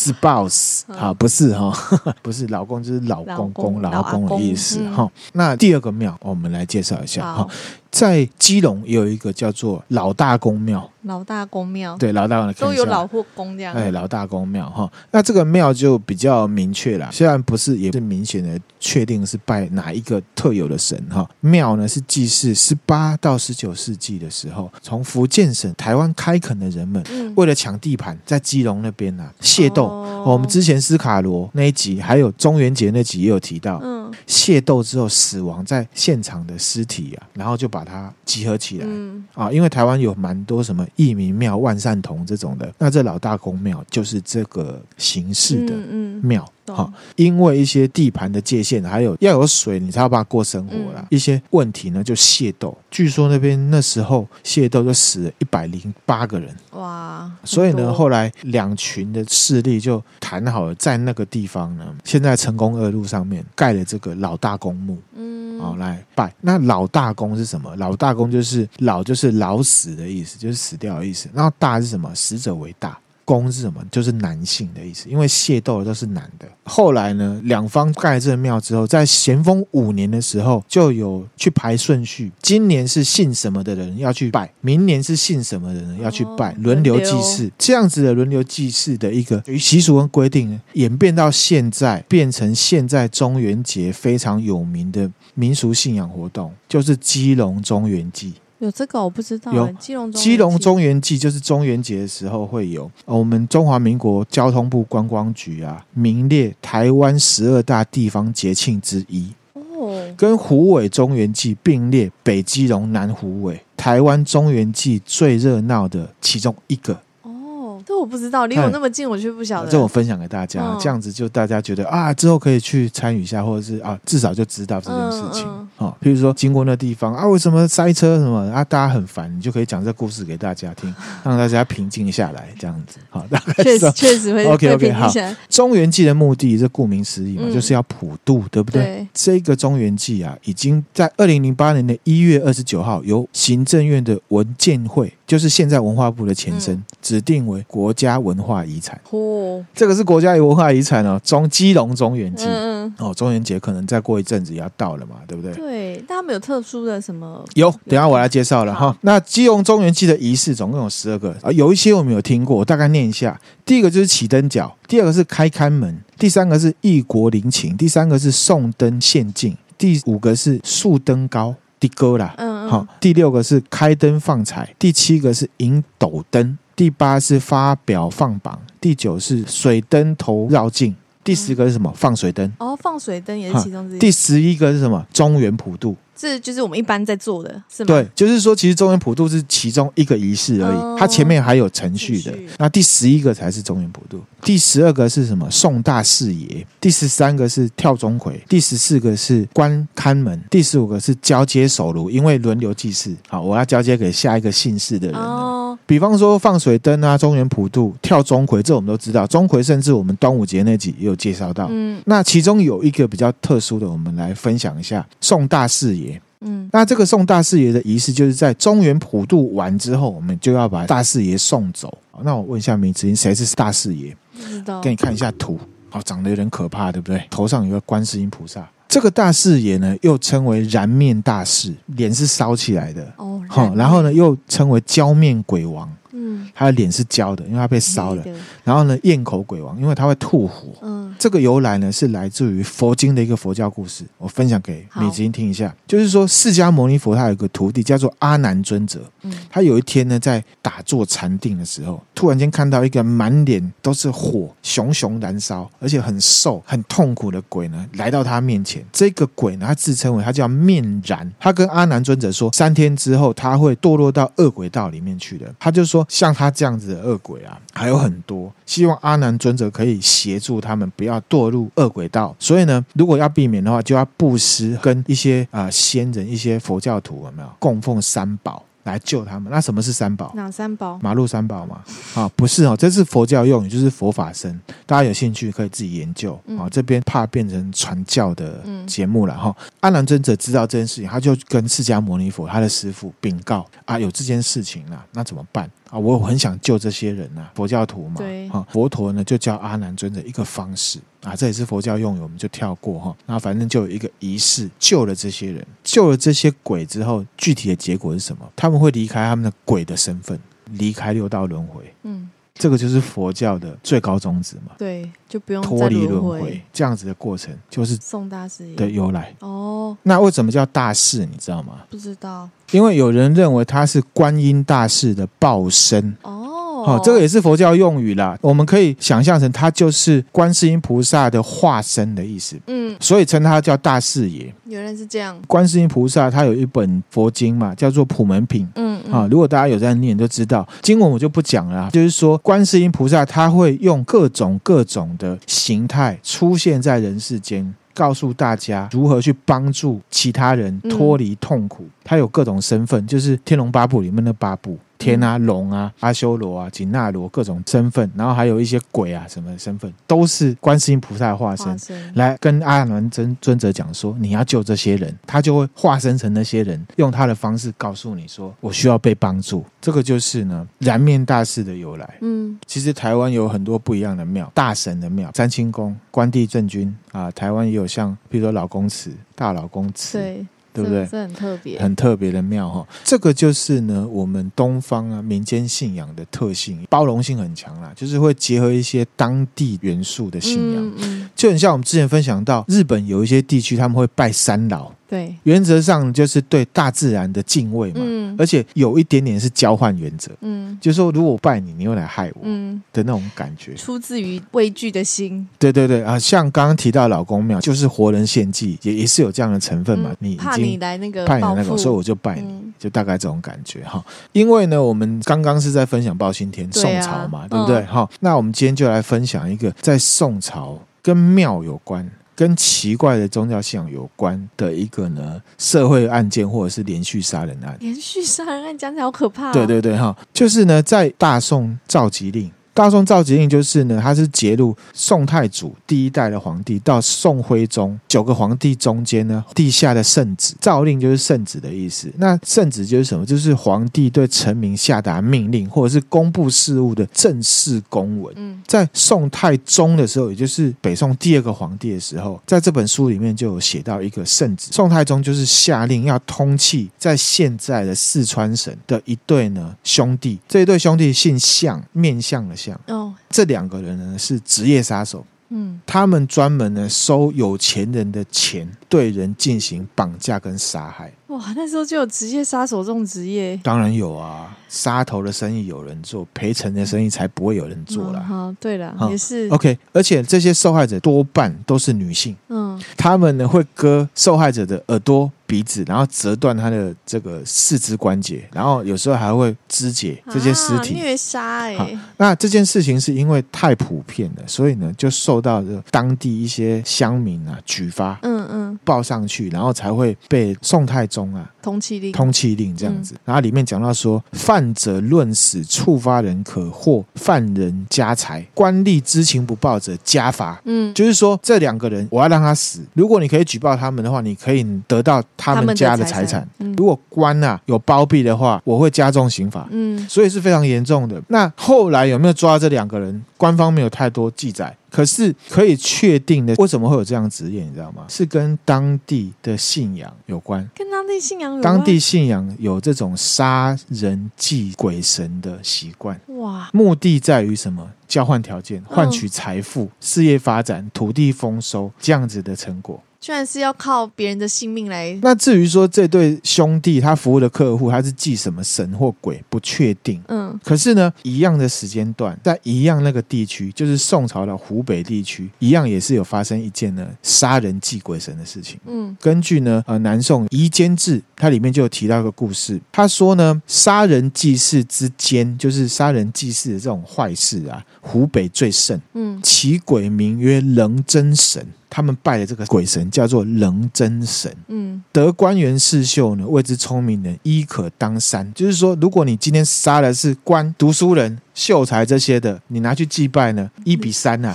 A: spouse
B: 嗯
A: 啊，不是哈，不是老公，就是老
B: 老
A: 公
B: 公
A: 公、老公
B: 老阿
A: 的
B: 公
A: 意思
B: 嗯
A: 哈。那第二个庙，我们来介绍一下哈
B: 好。
A: 在基隆也有一个叫做老大公庙，
B: 老大公庙，
A: 对老大公的
B: 都有
A: 坑
B: 老
A: 下
B: 或公这样。
A: 哎，老大公庙哈，那这个庙就比较明确了，虽然不是也是明显的确定是拜哪一个特有的神哈。庙呢是祭祀十八到十九世纪的时候，从福建省台湾开垦的人们
B: 嗯，
A: 为了抢地盘，在基隆那边啊械斗、
B: 哦
A: 哦我们之前斯卡罗那一集，还有中元节那集也有提到，
B: 嗯
A: 械斗之后死亡在现场的尸体啊，然后就把它集合起来。
B: 嗯，
A: 啊，因为台湾有蛮多什么义民庙、万善堂这种的，那这老大公庙就是这个形式的
B: 嗯嗯
A: 庙
B: 懂
A: 哈、因为一些地盘的界限，还有要有水，你才有办法过生活啦。
B: 嗯
A: 一些问题呢，就械斗。据说那边那时候械斗就死了一百零八个人，
B: 哇，
A: 所以呢，后
B: 来
A: 来两群的势力就谈好了，在那个地方呢，现在成功二路上面盖了这个老大公墓。
B: 嗯
A: 哦，来拜。那老大公是什么？老大公就是老，就是老死的意思，就是死掉的意思。然后大是什么？死者为大。公是什么？就是男性的意思，因为械斗的都是男的。后来呢，两方盖这庙之后，在咸丰五年的时候，就有去排顺序，今年是姓什么的人要去拜，明年是姓什么的人要去拜
B: 哦，
A: 轮流
B: 轮流
A: 祭祀。这样子的轮流祭祀的一个习俗跟规定呢，演变到现在，变成现在中元节非常有名的民俗信仰活动，就是基隆中元祭。
B: 有这个我不知道
A: 有
B: 欸，基隆中
A: 基隆
B: 元祭
A: 中元祭就是中元节的时候会有，呃，我们中华民国交通部观光局啊，名列台湾十二大地方节庆之一，
B: 哦，
A: 跟虎尾中元祭并列北基隆、南虎尾，台湾中元祭最热闹的其中一个。
B: 哦，这我不知道，离我那么近，我却不晓得。
A: 这我分享给大家，
B: 嗯
A: 这样子就大家觉得啊，之后可以去参与一下，或者是啊，至少就知道这件事情。
B: 嗯
A: 哦，譬如说经过那地方啊，为什么塞车什么啊，大家很烦，你就可以讲这故事给大家 听，让大家平静下来，这样子。好、大概
B: 确
A: 是啊
B: 实确实会
A: OK，OK，
B: 会平
A: 好
B: 衡起来。
A: 中原祭的目的，这顾名思义嘛，
B: 嗯
A: 就是要普渡，对不对？
B: 对
A: 这个中原祭啊，已经在二零零八年的一月二十九号，由行政院的文建会，就是现在文化部的前身，
B: 嗯
A: 指定为国家文化遗产。
B: 哦，
A: 这个是国家文化遗产哦，中基隆中原祭。
B: 嗯嗯，
A: 哦，中元节可能再过一阵子也要到了嘛，对不对？
B: 对，但他们有特殊的什么？
A: 有，等一下我来介绍了
B: 好
A: 哈。那基隆中元祭的仪式总共有十二个，啊，有一些我们有听过，我大概念一下。第一个就是起灯角，第二个是开龛门，第三个是异国灵禽，第三个是送灯献境，第五个是竖灯高，的哥啦，
B: 嗯嗯
A: 好，第六个是开灯放彩，第七个是引斗灯，第八是发表放榜，第九是水灯头绕境，第十个是什么？放水灯。
B: 哦，放水灯也是其中之一。
A: 第十一个是什么？中原普渡。
B: 这就是我们一般在做的，是吗？
A: 对，就是说，其实中原普渡是其中一个仪式而已，
B: 哦
A: 它前面还有程序的
B: 程序。
A: 那第十一个才是中原普渡，第十二个是什么？送大士爷，第十三个是跳钟馗，第十四个是关看门，第十五个是交接手炉，因为轮流祭祀。好，我要交接给下一个姓氏的人了。啊
B: 哦，
A: 比方说放水灯啊、中原普渡、跳钟馗，这我们都知道。钟馗甚至我们端午节那集也有介绍到。
B: 嗯
A: 那其中有一个比较特殊的，我们来分享一下送大士爷。
B: 嗯
A: 那这个送大士爷的仪式，就是在中原普渡完之后，我们就要把大士爷送走。好那我问一下明子英，谁是大士爷？
B: 不知道
A: 给。你看一下图，好、长得有点可怕，对不对？头上有个观世音菩萨。这个大士爷呢，又称为燃面大士，脸是烧起来的。
B: 哦，
A: 好、然后呢，又称为焦面鬼王，
B: 嗯，
A: 他的脸是焦的，因为他被烧了
B: 那。个，
A: 然后呢，焰口鬼王，因为他会吐火。
B: 嗯
A: 这个由来呢是来自于佛经的一个佛教故事，我分享给
B: 好
A: 米子英听一下。就是说，释迦牟尼佛他有一个徒弟叫做阿难尊者，
B: 嗯，
A: 他有一天呢在打坐禅定的时候，突然间看到一个满脸都是火、熊熊燃烧，而且很瘦、很痛苦的鬼呢来到他面前。这个鬼呢，他自称为他叫面燃，他跟阿难尊者说，三天之后他会堕落到恶鬼道里面去的。他就说，像他这样子的恶鬼啊，还有很多，希望阿难尊者可以协助他们不要堕入恶鬼道。所以呢，如果要避免的话，就要布施跟一些啊、呃仙人、一些佛教徒有没有供奉三宝来救他们？那什么是三宝？
B: 哪三宝？
A: 马路三宝嘛，啊，不是哦，这是佛教用语，就是佛法僧，大家有兴趣可以自己研究
B: 嗯
A: 啊、这边怕变成传教的
B: 嗯
A: 节目了哈、阿难尊者知道这件事情，他就跟释迦牟尼佛他的师父禀告啊，有这件事情啦，那怎么办？啊，我很想救这些人呐、佛教徒嘛，
B: 对
A: 哈、佛陀呢就教阿难尊者一个方式啊，这也是佛教用语，我们就跳过哈、那反正就有一个仪式，救了这些人，救了这些鬼之后，具体的结果是什么？他们会离开他们的鬼的身份，离开六道轮回，
B: 嗯，
A: 这个就是佛教的最高宗旨嘛，
B: 对，就不用
A: 脱
B: 再
A: 离轮
B: 哦回
A: 回。这样子的过程就是
B: 宋大师爷
A: 的由来。
B: 哦，
A: 那为什么叫大士？你知道吗？
B: 不知道
A: 因为有人认为他是观音大士的报身。
B: 哦，
A: 哦，这个也是佛教用语啦，我们可以想象成他就是观世音菩萨的化身的意思，
B: 嗯，
A: 所以称他叫大士爷。
B: 原来是这样，
A: 观世音菩萨他有一本佛经嘛，叫做《普门品》。
B: 嗯
A: 啊、如果大家有在念，就知道经文我就不讲了啊。就是说，观世音菩萨他会用各种各种的形态出现在人世间，告诉大家如何去帮助其他人
B: 嗯
A: 脱离痛苦。他有各种身份，就是《天龙八部》里面的八部。
B: 嗯
A: 天啊，龙啊，阿修罗啊，紧那罗各种身份，然后还有一些鬼啊什么身份，都是观世音菩萨的化身
B: 化。身
A: 来跟阿难尊尊者讲说，你要救这些人，他就会化身成那些人，用他的方式告诉你说，我需要被帮助。这个就是呢燃面大士的由来。
B: 嗯，
A: 其实台湾有很多不一样的庙，大神的庙、三清宫、关帝正君啊，台湾也有像，比如说老公祠、大老公祠，
B: 对，
A: 对不对？
B: 这这很特别，
A: 很特别的庙哈、这个就是呢，我们东方啊民间信仰的特性，包容性很强啦，就是会结合一些当地元素的信仰。
B: 嗯嗯，
A: 就很像我们之前分享到，日本有一些地区他们会拜三老，
B: 对，
A: 原则上就是对大自然的敬畏嘛，
B: 嗯
A: 而且有一点点是交换原则，
B: 嗯
A: 就是说如果我拜你，你会来害我
B: 嗯，
A: 的那种感觉。
B: 出自于畏惧的心，
A: 对对对啊，像刚刚提到老公庙，就是活人献祭，也也是有这样的成分嘛。
B: 嗯
A: 你已
B: 怕你
A: 经
B: 来那个
A: 拜你
B: 报
A: 那个，
B: 复
A: 所以我就拜你。
B: 嗯
A: 就大概这种感觉哈，因为呢，我们刚刚是在分享报新天
B: 对
A: 宋
B: 啊
A: 朝嘛，
B: 嗯
A: 对不对？哈、那我们今天就来分享一个在宋朝跟庙有关、跟奇怪的宗教信仰有关的一个呢社会案件或者是连续杀人案。
B: 连续杀人案讲起来好可怕、啊，
A: 对，对对哈，就是呢，在大宋赵佶令。大宋赵佶令就是呢，它是揭露宋太祖第一代的皇帝到宋徽宗九个皇帝中间呢，地下的圣旨。诏令就是圣旨的意思。那圣旨就是什么？就是皇帝对臣民下达命令或者是公布事务的正式公文。
B: 嗯
A: 在宋太宗的时候，也就是北宋第二个皇帝的时候，在这本书里面就有写到一个圣旨，宋太宗就是下令要通缉在现在的四川省的一对呢兄弟，这一对兄弟姓项，面相的相，
B: 哦
A: 这两个人呢是职业杀手。
B: 嗯
A: 他们专门呢收有钱人的钱，对人进行绑架跟杀害。
B: 哇，那时候就有职业杀手这种职业。
A: 当然有啊，杀头的生意有人做，赔偿的生意才不会有人做
B: 嗯
A: 啦。
B: 好，对了，
A: 嗯
B: 也是，
A: OK，而且这些受害者多半都是女性，
B: 嗯
A: 他们呢会割受害者的耳朵、鼻子，然后折断他的这个四肢关节，然后有时候还会肢解这些尸
B: 啊、
A: 体。
B: 虐杀、欸，
A: 好那这件事情是因为太普遍了，所以呢就受到这当地一些乡民啊举发。
B: 嗯嗯，
A: 报上去，然后才会被宋太宗啊
B: 通缉令，
A: 通缉令这样子。然后里面讲到说，犯者论死，触发人可获犯人家财，官吏知情不报者家罚。
B: 嗯，
A: 就是说，这两个人我要让他死。如果你可以举报他们的话，你可以得到他们家的财产。
B: 嗯
A: 如果官啊有包庇的话，我会加重刑罚。
B: 嗯
A: 所以是非常严重的。那后来有没有抓这两个人？官方没有太多记载，可是可以确定的，为什么会有这样的职业？你知道吗？是跟当地的信仰有关。
B: 跟当地信仰有关
A: 当地信仰有这种杀人祭鬼神的习惯。
B: 哇，
A: 目的在于什么？交换条件，换取财富、事业发展、土地丰收这样子的成果。
B: 居然是要靠别人的性命来，
A: 那至于说这对兄弟他服务的客户他是祭什么神或鬼，不确定。
B: 嗯
A: 可是呢，一样的时间段，在一样那个地区，就是宋朝的湖北地区，一样也是有发生一件呢杀人祭鬼神的事情。
B: 嗯
A: 根据呢，呃，南宋《夷坚志》它里面就有提到一个故事，他说呢，杀人祭祀之间，就是杀人祭祀的这种坏事啊，湖北最盛。
B: 嗯，
A: 其鬼名曰棱真神，他们拜的这个鬼神叫做棱真神。
B: 嗯
A: 得官员士秀呢，谓之聪明人，一可当三。就是说，如果你今天杀的是官、读书人、秀才这些的，你拿去祭拜呢，一比三啊，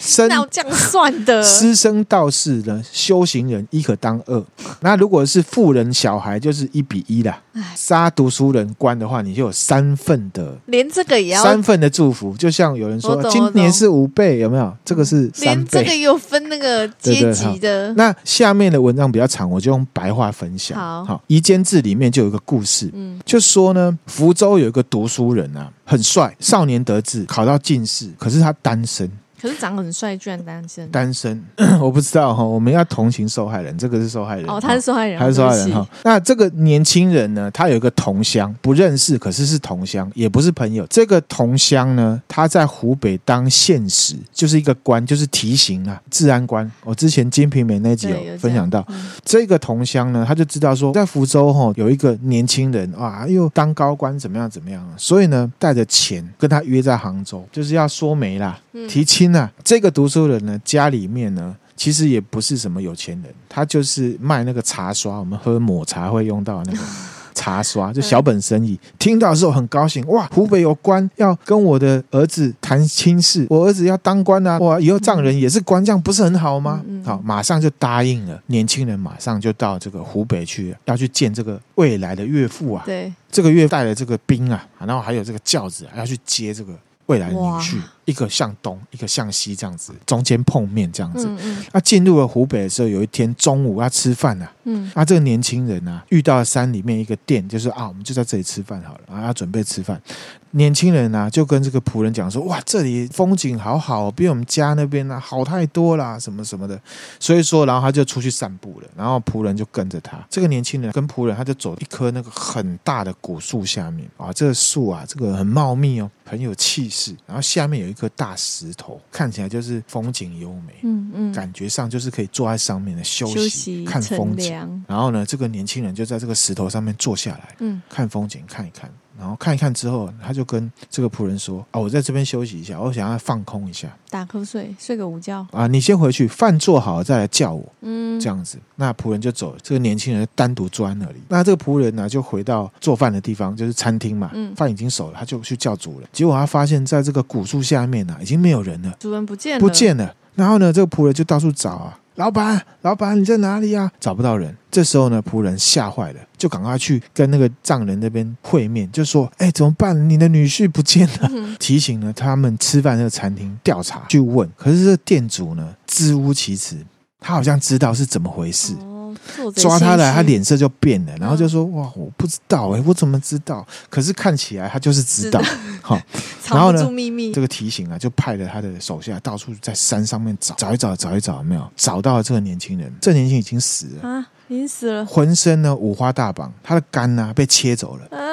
A: 生
B: 哪有这样算的？
A: 师生道士呢，修行人一可当二。那如果是富人小孩，就是一比一啦。杀读书人官的话，你就有三份的
B: 连这个也要，
A: 三份的祝福。就像有人
B: 我
A: 说
B: 懂，
A: 今
B: 我懂
A: 年是五倍，有没有？这个是三
B: 连这个
A: 倍。
B: 也有分那个阶级的。
A: 那下面的文章比较长，我就用白话分享。
B: 好
A: 夷坚志》里面就有一个故事，
B: 嗯
A: 就说呢，福州有一个读书人啊，很帅，少年得志，考到进士，可是他单身。
B: 可是长得很帅，居然单身。
A: 单身， 我不知道哈，我们要同情受害人，这个是受害人
B: 哦，他是受害人，
A: 他是受害人
B: 对不
A: 哈
B: 起。。
A: 那这个年轻人呢，他有一个同乡，不认识，可是是同乡，也不是朋友。这个同乡呢，他在湖北当县使，就是一个官，就是提刑啊，治安官。我之前《金瓶梅》那集
B: 对有
A: 有分享到，
B: 嗯
A: 这个同乡呢，他就知道说，在福州哈、有一个年轻人啊，又当高官怎么样怎么样啊，所以呢，带着钱跟他约在杭州，就是要说媒啦，
B: 嗯
A: 提亲啊。这个读书人呢，家里面呢。其实也不是什么有钱人，他就是卖那个茶刷，我们喝抹茶会用到的那 个茶
B: 嗯
A: 刷，就小本生意。听到的时候很高兴，哇，湖北有官要跟我的儿子谈亲事，我儿子要当官啊，哇，以后丈人也是官，这样不是很好吗？
B: 嗯嗯
A: 好，马上就答应了。年轻人马上就到这个湖北去，要去见这个未来的岳父啊。
B: 对，
A: 这个月带了这个兵啊，然后还有这个轿子、啊、要去接这个未来的女
B: 哇
A: 婿，一个向东，一个向西，这样子，中间碰面这样子。
B: 嗯嗯
A: 那进入了湖北的时候，有一天中午要吃饭啊，
B: 嗯，
A: 啊，这个年轻人啊，遇到山里面一个店，就是啊，我们就在这里吃饭好了，啊，要准备吃饭。年轻人啊，就跟这个仆人讲说，哇，这里风景好好，哦比我们家那边啊好太多啦，什么什么的。所以说，然后他就出去散步了，然后仆人就跟着他。这个年轻人跟仆人，他就走一棵那个很大的古树下面啊，这个树啊，这个很茂密哦，很有气势。然后下面有一颗大石头，看起来就是风景优美，
B: 嗯嗯，
A: 感觉上就是可以坐在上面的休息
B: 休息
A: 看风
B: 乘
A: 景。
B: 凉，
A: 然后呢，这个年轻人就在这个石头上面坐下来，
B: 嗯
A: 看风景看一看。然后看一看之后，他就跟这个仆人说：“啊，我在这边休息一下，我想要放空一下
B: 打瞌睡，睡个午觉，
A: 啊，你先回去，饭做好了再来叫我。”
B: 嗯，
A: 这样子，那仆人就走了，这个年轻人就单独坐在那里。那这个仆人呢，就回到做饭的地方，就是餐厅嘛，
B: 嗯
A: 饭已经熟了，他就去叫主人。结果他发现，在这个古树下面啊呢、已经没有人了。
B: 主人不见了，
A: 不，见了。然后呢，这个仆人就到处找啊，老板，老板你在哪里啊？找不到人。这时候呢，仆人吓坏了，就赶快去跟那个丈人那边会面，就说：“哎，怎么办？你的女婿不见了。
B: 嗯
A: 提醒了他们吃饭那个餐厅调查去问，可是这店主呢，支吾其词，他好像知道是怎么回事。
B: 哦，做贼
A: 抓他
B: 心
A: 来，
B: 虚嗯
A: 他脸色就变了，然后就说：“哇，我不知道哎、我怎么知道？可是看起来他就是知道
B: 知。
A: 好，然
B: 藏
A: 后
B: 不
A: 呢
B: 住秘密
A: 这，个提醒啊，就派了他的手下到处在山上面找，找一找，找一找，有没有找到了这个年轻人。这个年轻人已经死了，
B: 啊，已经死了，
A: 浑身呢五花大绑，他的肝呢、被切走了。
B: 嗯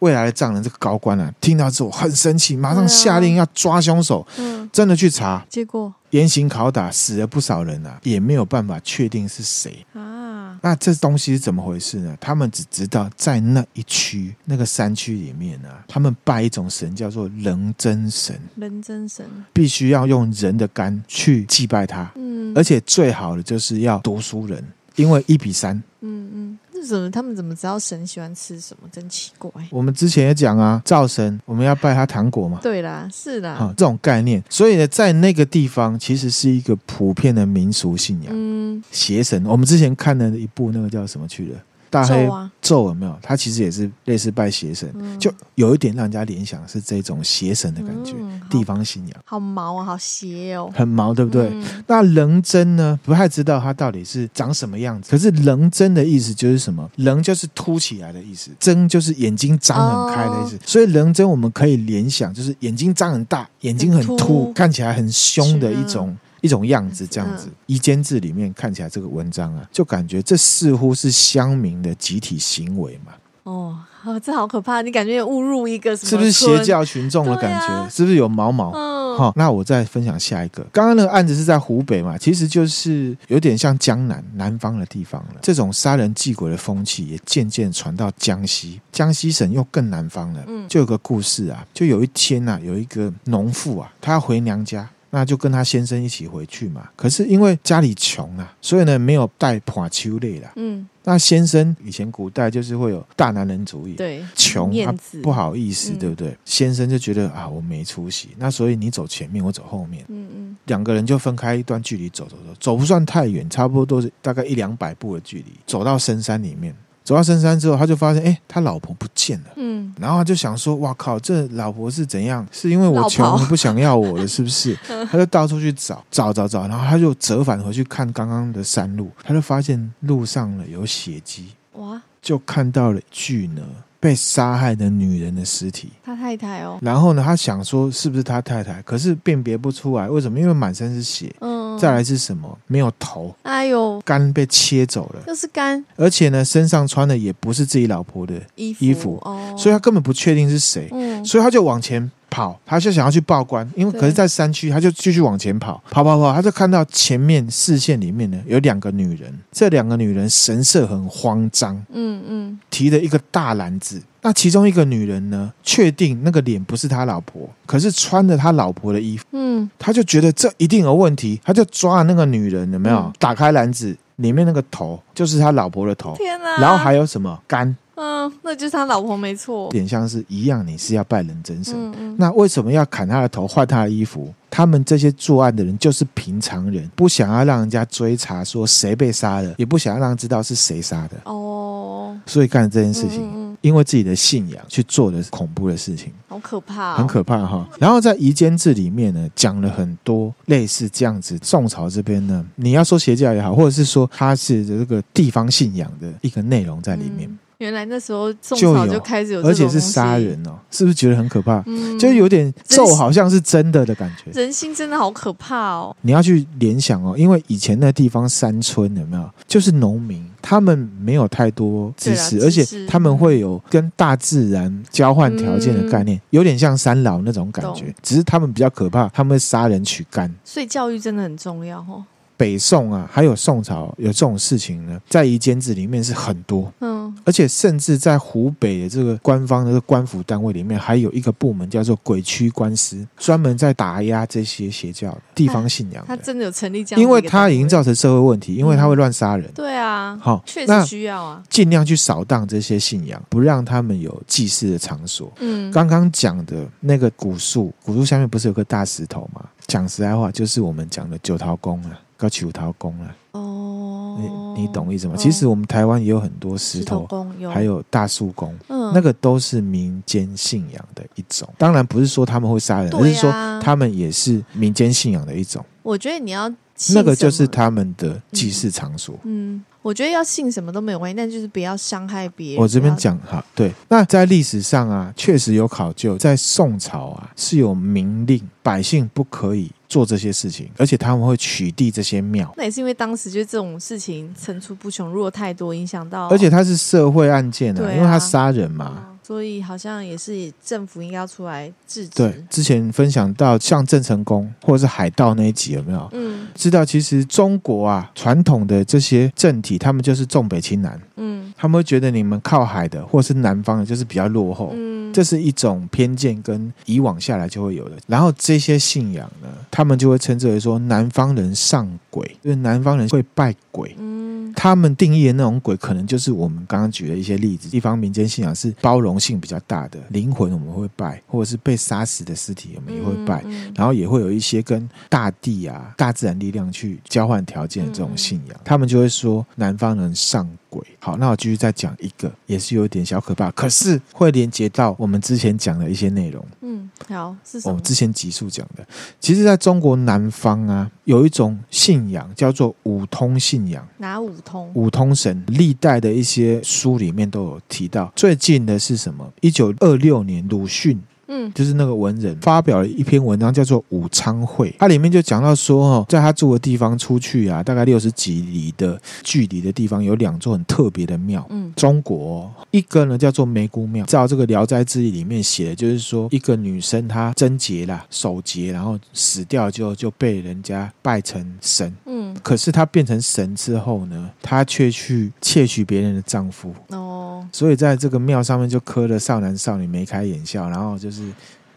A: 未来的丈人这个高官啊，听到之后很生气，马上下令要抓凶手，
B: 嗯，
A: 真的去查，
B: 结果
A: 严刑拷打，死了不少人啊，也没有办法确定是谁。
B: 啊，
A: 那这东西是怎么回事呢？他们只知道在那一区那个山区里面呢、啊他们拜一种神叫做人真神。
B: 人真神，
A: 必须要用人的肝去祭拜他，
B: 嗯，
A: 而且最好的就是要读书人，因为一比三。
B: 嗯嗯，那怎么他们怎么知道神喜欢吃什么？真奇怪。
A: 我们之前也讲啊，灶神我们要拜他糖果嘛，
B: 对啊啦，是啦，
A: 好、这种概念。所以呢，在那个地方其实是一个普遍的民俗信仰。
B: 嗯，
A: 邪神，我们之前看了一部那个叫什么去了。大黑
B: 咒啊
A: 咒有没有？他其实也是类似拜邪神，
B: 嗯
A: 就有一点让人家联想是这种邪神的感觉，
B: 嗯好
A: 地方信仰
B: 好毛啊，好邪哦，
A: 很毛，对不对？
B: 嗯
A: 那棱针呢，不太知道它到底是长什么样子。可是棱针的意思就是什么？棱就是凸起来的意思，针就是眼睛张很开的意
B: 哦
A: 思。所以棱针我们可以联想，就是眼睛张很大，眼睛很
B: 很
A: 凸，
B: 凸啊
A: 看起来很凶的一种。一种样子，这样子，《
B: 嗯
A: 夷坚志》里面看起来这个文章啊，就感觉这似乎是乡民的集体行为嘛，
B: 哦，啊这好可怕，你感觉有误入一个什么？
A: 是不是邪？教群众的感
B: 对
A: 觉？
B: 啊
A: 是不是有毛毛？
B: 嗯，
A: 好、那我再分享下一个。刚刚那个案子是在湖北嘛，其实就是有点像江南南方的地方了。这种杀人祭鬼的风气也渐渐传到江西，江西省又更南方了。
B: 嗯
A: 就有个故事啊，就有一天呐、啊，有一个农妇啊，她要回娘家。那就跟她先生一起回去嘛。可是因为家里穷啊，所以呢没有带破秋类啦。
B: 嗯，
A: 那先生以前古代就是会有大男人主义，
B: 对，
A: 穷
B: 面
A: 他
B: 子
A: 不好意思，
B: 嗯
A: 对不对？先生就觉得啊，我没出息，那所以你走前面，我走后面。
B: 嗯嗯，
A: 两个人就分开一段距离走走走，走不算太远，差不多是大概一两百步的距离，走到深山里面。走到深山之后，他就发现，哎、他老婆不见了。
B: 嗯，
A: 然后他就想说，哇靠，这老婆是怎样？是因为我穷
B: 落跑
A: 不想要我了，是不 是？他就到处去找，找找找，然后他就折返回去看刚刚的山路，他就发现路上了有血迹，
B: 哇，
A: 就看到了巨呢被杀害的女人的尸体。
B: 他太太哦，
A: 然后呢，他想说是不是他太太，可是辨别不出来，为什么？因为满身是血，
B: 嗯，
A: 再，来是什么？没有头，
B: 哎呦，
A: 肝被切走了，
B: 又是干
A: 而且呢，身上穿的也不是自己老婆的，
B: 衣服
A: 衣服
B: 哦，
A: 所以他根本不确定是谁。
B: 嗯，
A: 所以他就往前跑，他就想要去报官，因为
B: 对
A: 可是，在山区，他就继续往前跑，跑跑跑，他就看到前面视线里面呢有两个女人，这两个女人神色很慌张，
B: 嗯嗯，
A: 提了一个大篮子。那其中一个女人呢，确定那个脸不是他老婆，可是穿着他老婆的衣服，
B: 嗯，
A: 他就觉得这一定有问题，他就抓了那个女人，有没有？
B: 嗯
A: 打开篮子，里面那个头就是他老婆的头，
B: 天啊哪、
A: 然后还有什么肝，
B: 嗯，那就是他老婆没错
A: 有。点像是一样，你是要拜人真神。
B: 嗯嗯，
A: 那为什么要砍他的头，换他的衣服？他们这些作案的人就是平常人，不想要让人家追查说谁被杀了，也不想要让人知道是谁杀的，
B: 哦，
A: 所以干了这件事情。
B: 嗯嗯嗯
A: 因为自己的信仰去做的恐怖的事情，
B: 好可怕、哦，
A: 很可怕哈。然后在《夷坚志》里面呢，讲了很多类似这样子。宋朝这边呢，你要说邪教也好，或者是说它是这个地方信仰的一个内容在里面，
B: 嗯原来那时候宋
A: 就
B: 朝
A: 有
B: 就开嗯始有，
A: 而且是杀，人哦，是不是觉得很可怕？
B: 嗯，
A: 就有点咒
B: 真是
A: 好像是真的的感觉，
B: 人心真的好可怕哦。
A: 你要去联想哦，因为以前那地方山村有没有，就是农民，他们没有太多知识，
B: 对啊
A: 而且
B: 知识
A: 他们会有跟大自然交换条件的概念，有点像三老那种感觉
B: 嗯懂。
A: 只是他们比较可怕，他们会杀人取肝。
B: 所以教育真的很重要哦。
A: 北宋啊，还有宋朝有这种事情呢，在《夷坚志》里面是很多，
B: 嗯，
A: 而且甚至在湖北的这个官方的这个官府单位里面，还有一个部门叫做鬼区官司，专门在打压这些邪教的地
B: 哎
A: 方信仰的。
B: 他真的有成立这样，
A: 因为它已经造，成社会问题，因为
B: 嗯
A: 它会乱杀人，
B: 对啊，
A: 好
B: 确
A: 那
B: 实需要啊。
A: 尽量去扫荡这些信仰，不让他们有祭祀的场所。
B: 嗯，
A: 刚刚讲的那个古树，古树下面不是有个大石头吗？讲实在话，就是我们讲的九桃宫啊，叫九桃宫啊，
B: 哦，
A: 你你懂意思吗？
B: 哦
A: 其实我们台湾也有很多石头，
B: 公有，
A: 还有大树宫。
B: 嗯
A: 那个都是民间信仰的一种，当然不是说他们会杀人，
B: 对啊
A: 而是说他们也是民间信仰的一种。
B: 我觉得你要信
A: 那个就
B: 什
A: 是
B: 么，
A: 他们的祭祀场所。
B: 嗯，我觉得要信什么都没有关系，但就是不要伤害别人。
A: 我这边
B: 不要，
A: 讲哈，对，那在历史上啊，确实有考究，在宋朝啊是有明令，百姓不可以做这些事情，而且他们会取缔这些庙，
B: 那也是因为当时就这种事情层出不穷，如果太多影响到，
A: 而且它是社会案件啊，
B: 哦对啊
A: 因为他杀人嘛。
B: 嗯所以好像也是政府应该要出来制止。
A: 对，之前分享到像郑成功或者是海盗那一集有没有？
B: 嗯
A: 知道其实中国啊传统的这些政体，他们就是重北轻南，
B: 嗯
A: 他们会觉得你们靠海的或是南方的就是比较落后，
B: 嗯，
A: 这是一种偏见，跟以往下来就会有的。然后这些信仰呢，他们就会称之为说南方人上鬼，就是南方人会拜鬼。
B: 嗯
A: 他们定义的那种鬼，可能就是我们刚刚举的一些例子。地方民间信仰是包容性比较大的，灵魂我们会拜，或者是被杀死的尸体我们也会拜，
B: 嗯嗯
A: 然后也会有一些跟大地啊、大自然力量去交换条件的这
B: 嗯
A: 种信仰，他们就会说南方人上鬼。好，那我继续再讲一个，也是有点小可怕，可是会连接到我们之前讲的一些内容，
B: 嗯，好是
A: 我
B: 什么
A: 们？之前集数讲的。其实，在中国南方啊，有一种信仰叫做五通信仰。
B: 拿五通，
A: 五通神历代的一些书里面都有提到，最近的是什么？一九二六年，鲁迅
B: 嗯
A: 就是那个文人，发表了一篇文章，叫做《武昌会》，它里面就讲到说，哦，在他住的地方出去啊，大概六十几里的距离的地方，有两座很特别的庙。
B: 嗯
A: 中国哦、一个呢叫做梅姑庙，照这个《聊斋志异》里面写的，就是说一个女生她贞洁啦、守节，然后死掉就就被人家拜成神。
B: 嗯
A: 可是她变成神之后呢，她却去窃取别人的丈夫，
B: 哦，
A: 所以在这个庙上面就刻了少男少女眉开眼笑，然后就是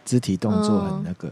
A: 肢体动作很那个。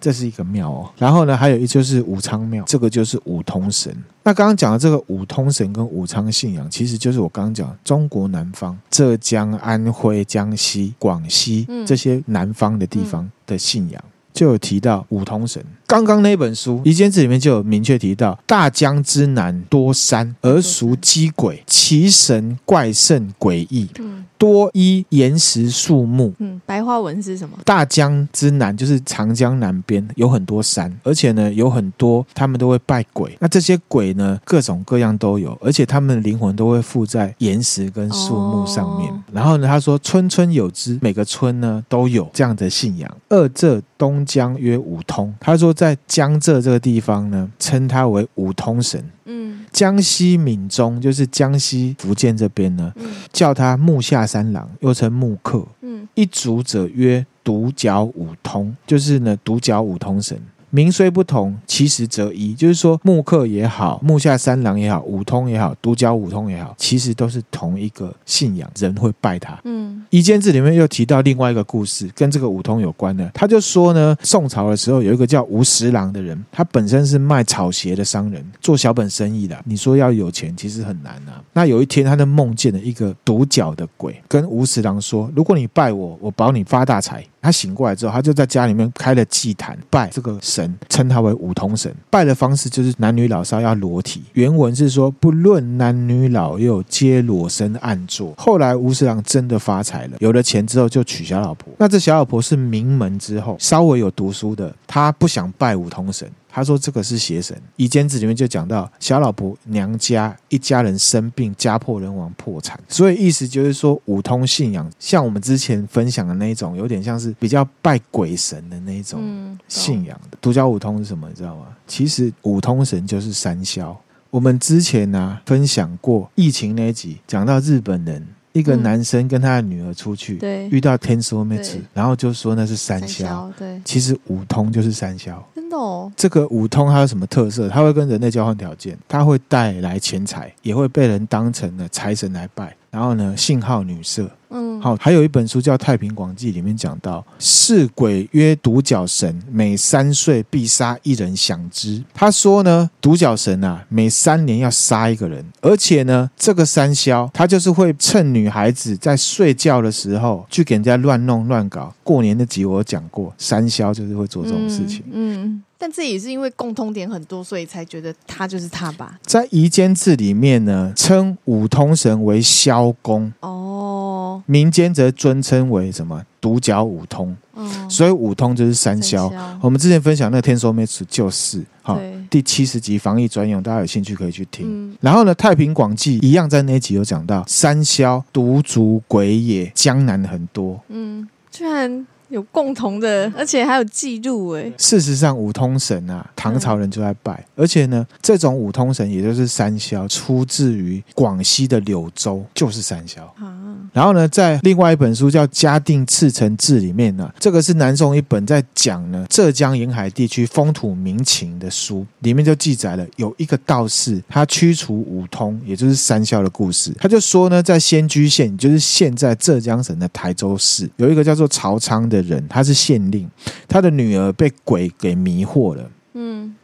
A: 这是一个庙哦，然后呢，还有一就是武昌庙，这个就是五通神。那刚刚讲的这个五通神跟武昌信仰，其实就是我刚刚讲中国南方浙江、安徽、江西、广西
B: 嗯
A: 这些南方的地方的信仰，就有提到五通神。刚刚那本书《离间志》里面就有明确提到：大江之南多山，而俗积鬼，其神怪甚诡异，
B: 嗯
A: 多依岩石树木。
B: 嗯，白话文是什么？
A: 大江之南就是长江南边有很多山，而且呢有很多他们都会拜鬼。那这些鬼呢各种各样都有，而且他们的灵魂都会附在岩石跟树木上面。
B: 哦
A: 然后呢，他说村村有之，每个村呢都有这样的信仰。二浙东江曰五通，他说在江浙这个地方呢，称他为五通神。
B: 嗯
A: 江西闽中就是江西福建这边呢，
B: 嗯
A: 叫他木下三郎，又称木克。
B: 嗯，
A: 一族者曰独角五通，就是呢独角五通神。名虽不同，其实则一，就是说木克也好，木下三郎也好，五通也好，独角五通也好，其实都是同一个信仰，人会拜他。
B: 嗯
A: 《夷坚志》里面又提到另外一个故事，跟这个五通有关的。他就说呢，宋朝的时候有一个叫吴十郎的人，他本身是卖草鞋的商人，做小本生意的。你说要有钱，其实很难啊。那有一天，他就梦见了一个独角的鬼，跟吴十郎说：“如果你拜我，我保你发大财。”他醒过来之后，他就在家里面开了祭坛，拜这个神，称他为五通神。拜的方式就是男女老少要裸体。原文是说，不论男女老幼，皆裸身暗坐。后来吴十郎真的发财了，有了钱之后就娶小老婆。那这小老婆是名门之后，稍微有读书的，她不想拜五通神。他说：“这个是邪神。”《夷坚子》里面就讲到，小老婆娘家一家人生病，家破人亡，破产。所以意思就是说，五通信仰像我们之前分享的那一种，有点像是比较拜鬼神的那一种。
B: 嗯，
A: 信仰的。独角五通是什么？你知道吗？其实五通神就是三霄。我们之前呢、分享过疫情那一集，讲到日本人一个
B: 嗯
A: 男生跟他的女儿出去，
B: 对
A: 遇到天书妹子
B: 对，
A: 然后就说那是三
B: 三
A: 霄。
B: 消对，
A: 其实五通就是三霄。
B: 真的哦，
A: 这个五通它有什么特色？它会跟人类交换条件，它会带来钱财，也会被人当成了财神来拜。然后呢，信号女色，
B: 嗯，
A: 好，还有一本书叫《太平广记》，里面讲到，是鬼曰独角神，每三岁必杀一人享之。他说呢，独角神啊，每三年要杀一个人，而且呢，这个三消他就是会趁女孩子在睡觉的时候去给人家乱弄乱搞。过年那集我有讲过，三消就是会做这种事情。
B: 嗯，嗯但这也是因为共通点很多，所以才觉得他就是他吧。
A: 在《夷坚志》里面呢，称五通神为萧公，
B: 哦，
A: 民间则尊称为什么独角五通。
B: 嗯，
A: 所以五通就是三消。
B: 三消
A: 我们之前分享那个天收妹子就是好
B: 对
A: 第七十集防疫专用，大家有兴趣可以去听。
B: 嗯
A: 然后呢，《太平广记》一样在那一集有讲到三消独足鬼也，江南很多。
B: 嗯，居然有共同的，而且还有记录哎。
A: 事实上，五通神啊，唐朝人就在拜，而且呢，这种五通神也就是三消，出自于广西的柳州，就是三消。
B: 啊，
A: 然后呢，在另外一本书叫《嘉定赤城志》里面呢、这个是南宋一本在讲呢浙江沿海地区风土民情的书，里面就记载了有一个道士，他驱除五通，也就是三霄的故事。他就说呢，在仙居县，也就是现在浙江省的台州市，有一个叫做曹昌的人，他是县令，他的女儿被鬼给迷惑了，
B: 嗯，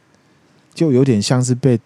A: 就有点像是被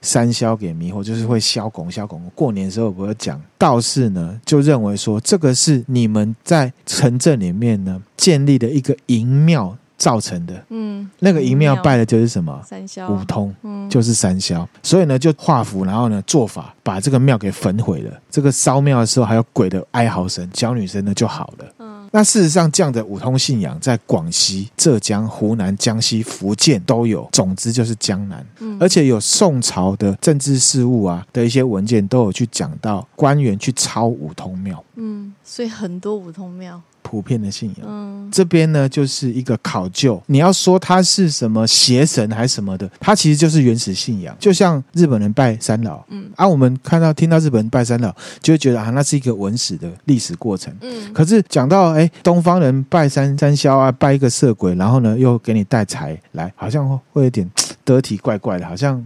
A: 三消给迷惑，就是会消拱消拱。过年的时候我有讲，道士呢就认为说，这个是你们在城镇里面呢建立的一个银庙造成的。
B: 嗯，
A: 那个银庙
B: 庙
A: 拜的就是什么
B: 三消，
A: 五通。
B: 嗯，
A: 就是三消，所以呢就画符，然后呢做法把这个庙给焚毁了。这个烧庙的时候还有鬼的哀嚎声，小女生呢就好了。
B: 嗯
A: 那事实上，这样的五通信仰在广西、浙江、湖南、江西、福建都有，总之就是江南。
B: 嗯，
A: 而且有宋朝的政治事务啊的一些文件都有去讲到官员去抄五通庙
B: 嗯，所以很多五通庙，
A: 普遍的信仰。
B: 嗯
A: 这边呢，就是一个考究。你要说它是什么邪神还是什么的，它其实就是原始信仰，就像日本人拜三老
B: 嗯
A: 啊。我们看到听到日本人拜三老，就会觉得啊，那是一个文史的历史过程。
B: 嗯，
A: 可是讲到哎，东方人拜三三霄啊，拜一个色鬼，然后呢又给你带财来，好像会有点嘖得体怪怪的，好像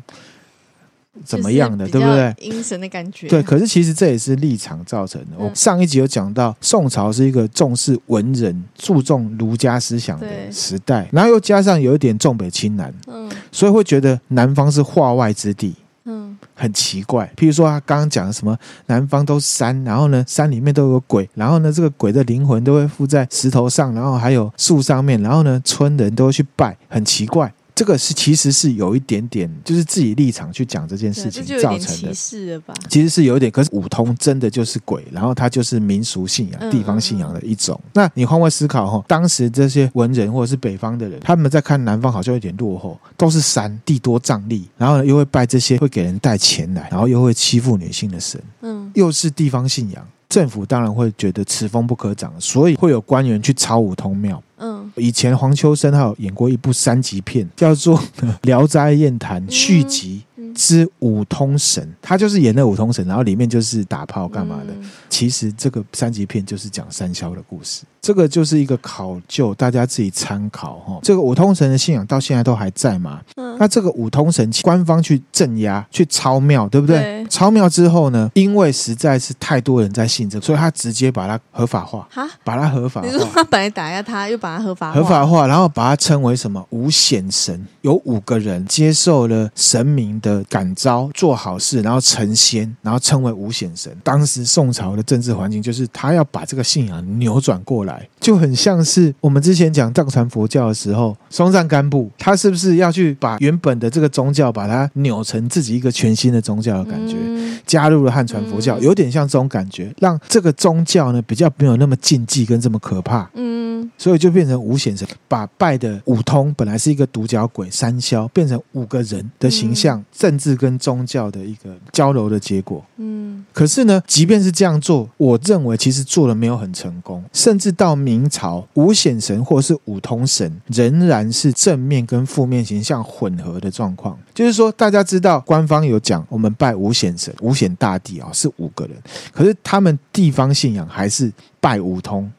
A: 怎么样的，对
B: 就是比
A: 不
B: 较
A: 对？
B: 阴神的感觉，
A: 对，可是其实这也是立场造成的。
B: 嗯
A: 我上一集有讲到，宋朝是一个重视文人、注重儒家思想的
B: 对
A: 时代，然后又加上有一点重北轻南，
B: 嗯
A: 所以会觉得南方是化外之地。
B: 嗯
A: 很奇怪。譬如说他刚刚讲的什么南方都是山，然后呢山里面都有鬼，然后呢这个鬼的灵魂都会附在石头上，然后还有树上面，然后呢村人都会去拜，很奇怪。这个是其实是有一点点，就是自己立场去讲这件
B: 对
A: 事
B: 啊这
A: 情
B: 就有
A: 造
B: 点
A: 成
B: 歧
A: 的。
B: 视了吧？
A: 其实是有一点，可是五通真的就是鬼，然后它就是民俗信仰、
B: 嗯
A: 地方信仰的一种。那你换位思考哈，当时这些文人或者是北方的人，他们在看南方好像有点落后，都是山地多瘴疠，然后呢又会拜这些会给人带钱来，然后又会欺负女性的神，
B: 嗯，
A: 又是地方信仰，政府当然会觉得此风不可长，所以会有官员去抄五通庙。
B: 嗯，
A: 以前黄秋生还有演过一部三级片，叫做 《聊斋艳谭》续集
B: 嗯
A: 之五通神，他就是演那五通神，然后里面就是打炮干嘛的。
B: 嗯？
A: 其实这个三级片就是讲三消的故事，这个就是一个考究，大家自己参考哈。这个五通神的信仰到现在都还在吗？
B: 嗯
A: 那这个五通神官方去镇压、去抄庙，对不对？
B: 对
A: 抄庙之后呢，因为实在是太多人在信这个，所以他直接把它合法化，
B: 哈，
A: 把它合法化。
B: 你说他本来打压他，又把他合法化
A: 合法化，然后把它称为什么五显神，有五个人接受了神明的感召，做好事，然后成仙，然后称为五显神。当时宋朝的政治环境就是他要把这个信仰扭转过来，就很像是我们之前讲藏传佛教的时候，松赞干布他是不是要去把原本的这个宗教把它扭成自己一个全新的宗教的感觉？
B: 嗯
A: 加入了汉传佛教，
B: 嗯
A: 有点像这种感觉，让这个宗教呢比较没有那么禁忌跟这么可怕。
B: 嗯，
A: 所以就变成五显神，把拜的五通本来是一个独角鬼三霄，变成五个人的形象，政治跟宗教的一个交流的结果。
B: 嗯，
A: 可是呢，即便是这样做，我认为其实做的没有很成功，甚至到明朝，五显神或是五通神仍然是正面跟负面形象混合的状况。就是说，大家知道官方有讲，我们拜五显神、五显大帝啊、是五个人，可是他们地方信仰还是拜五通，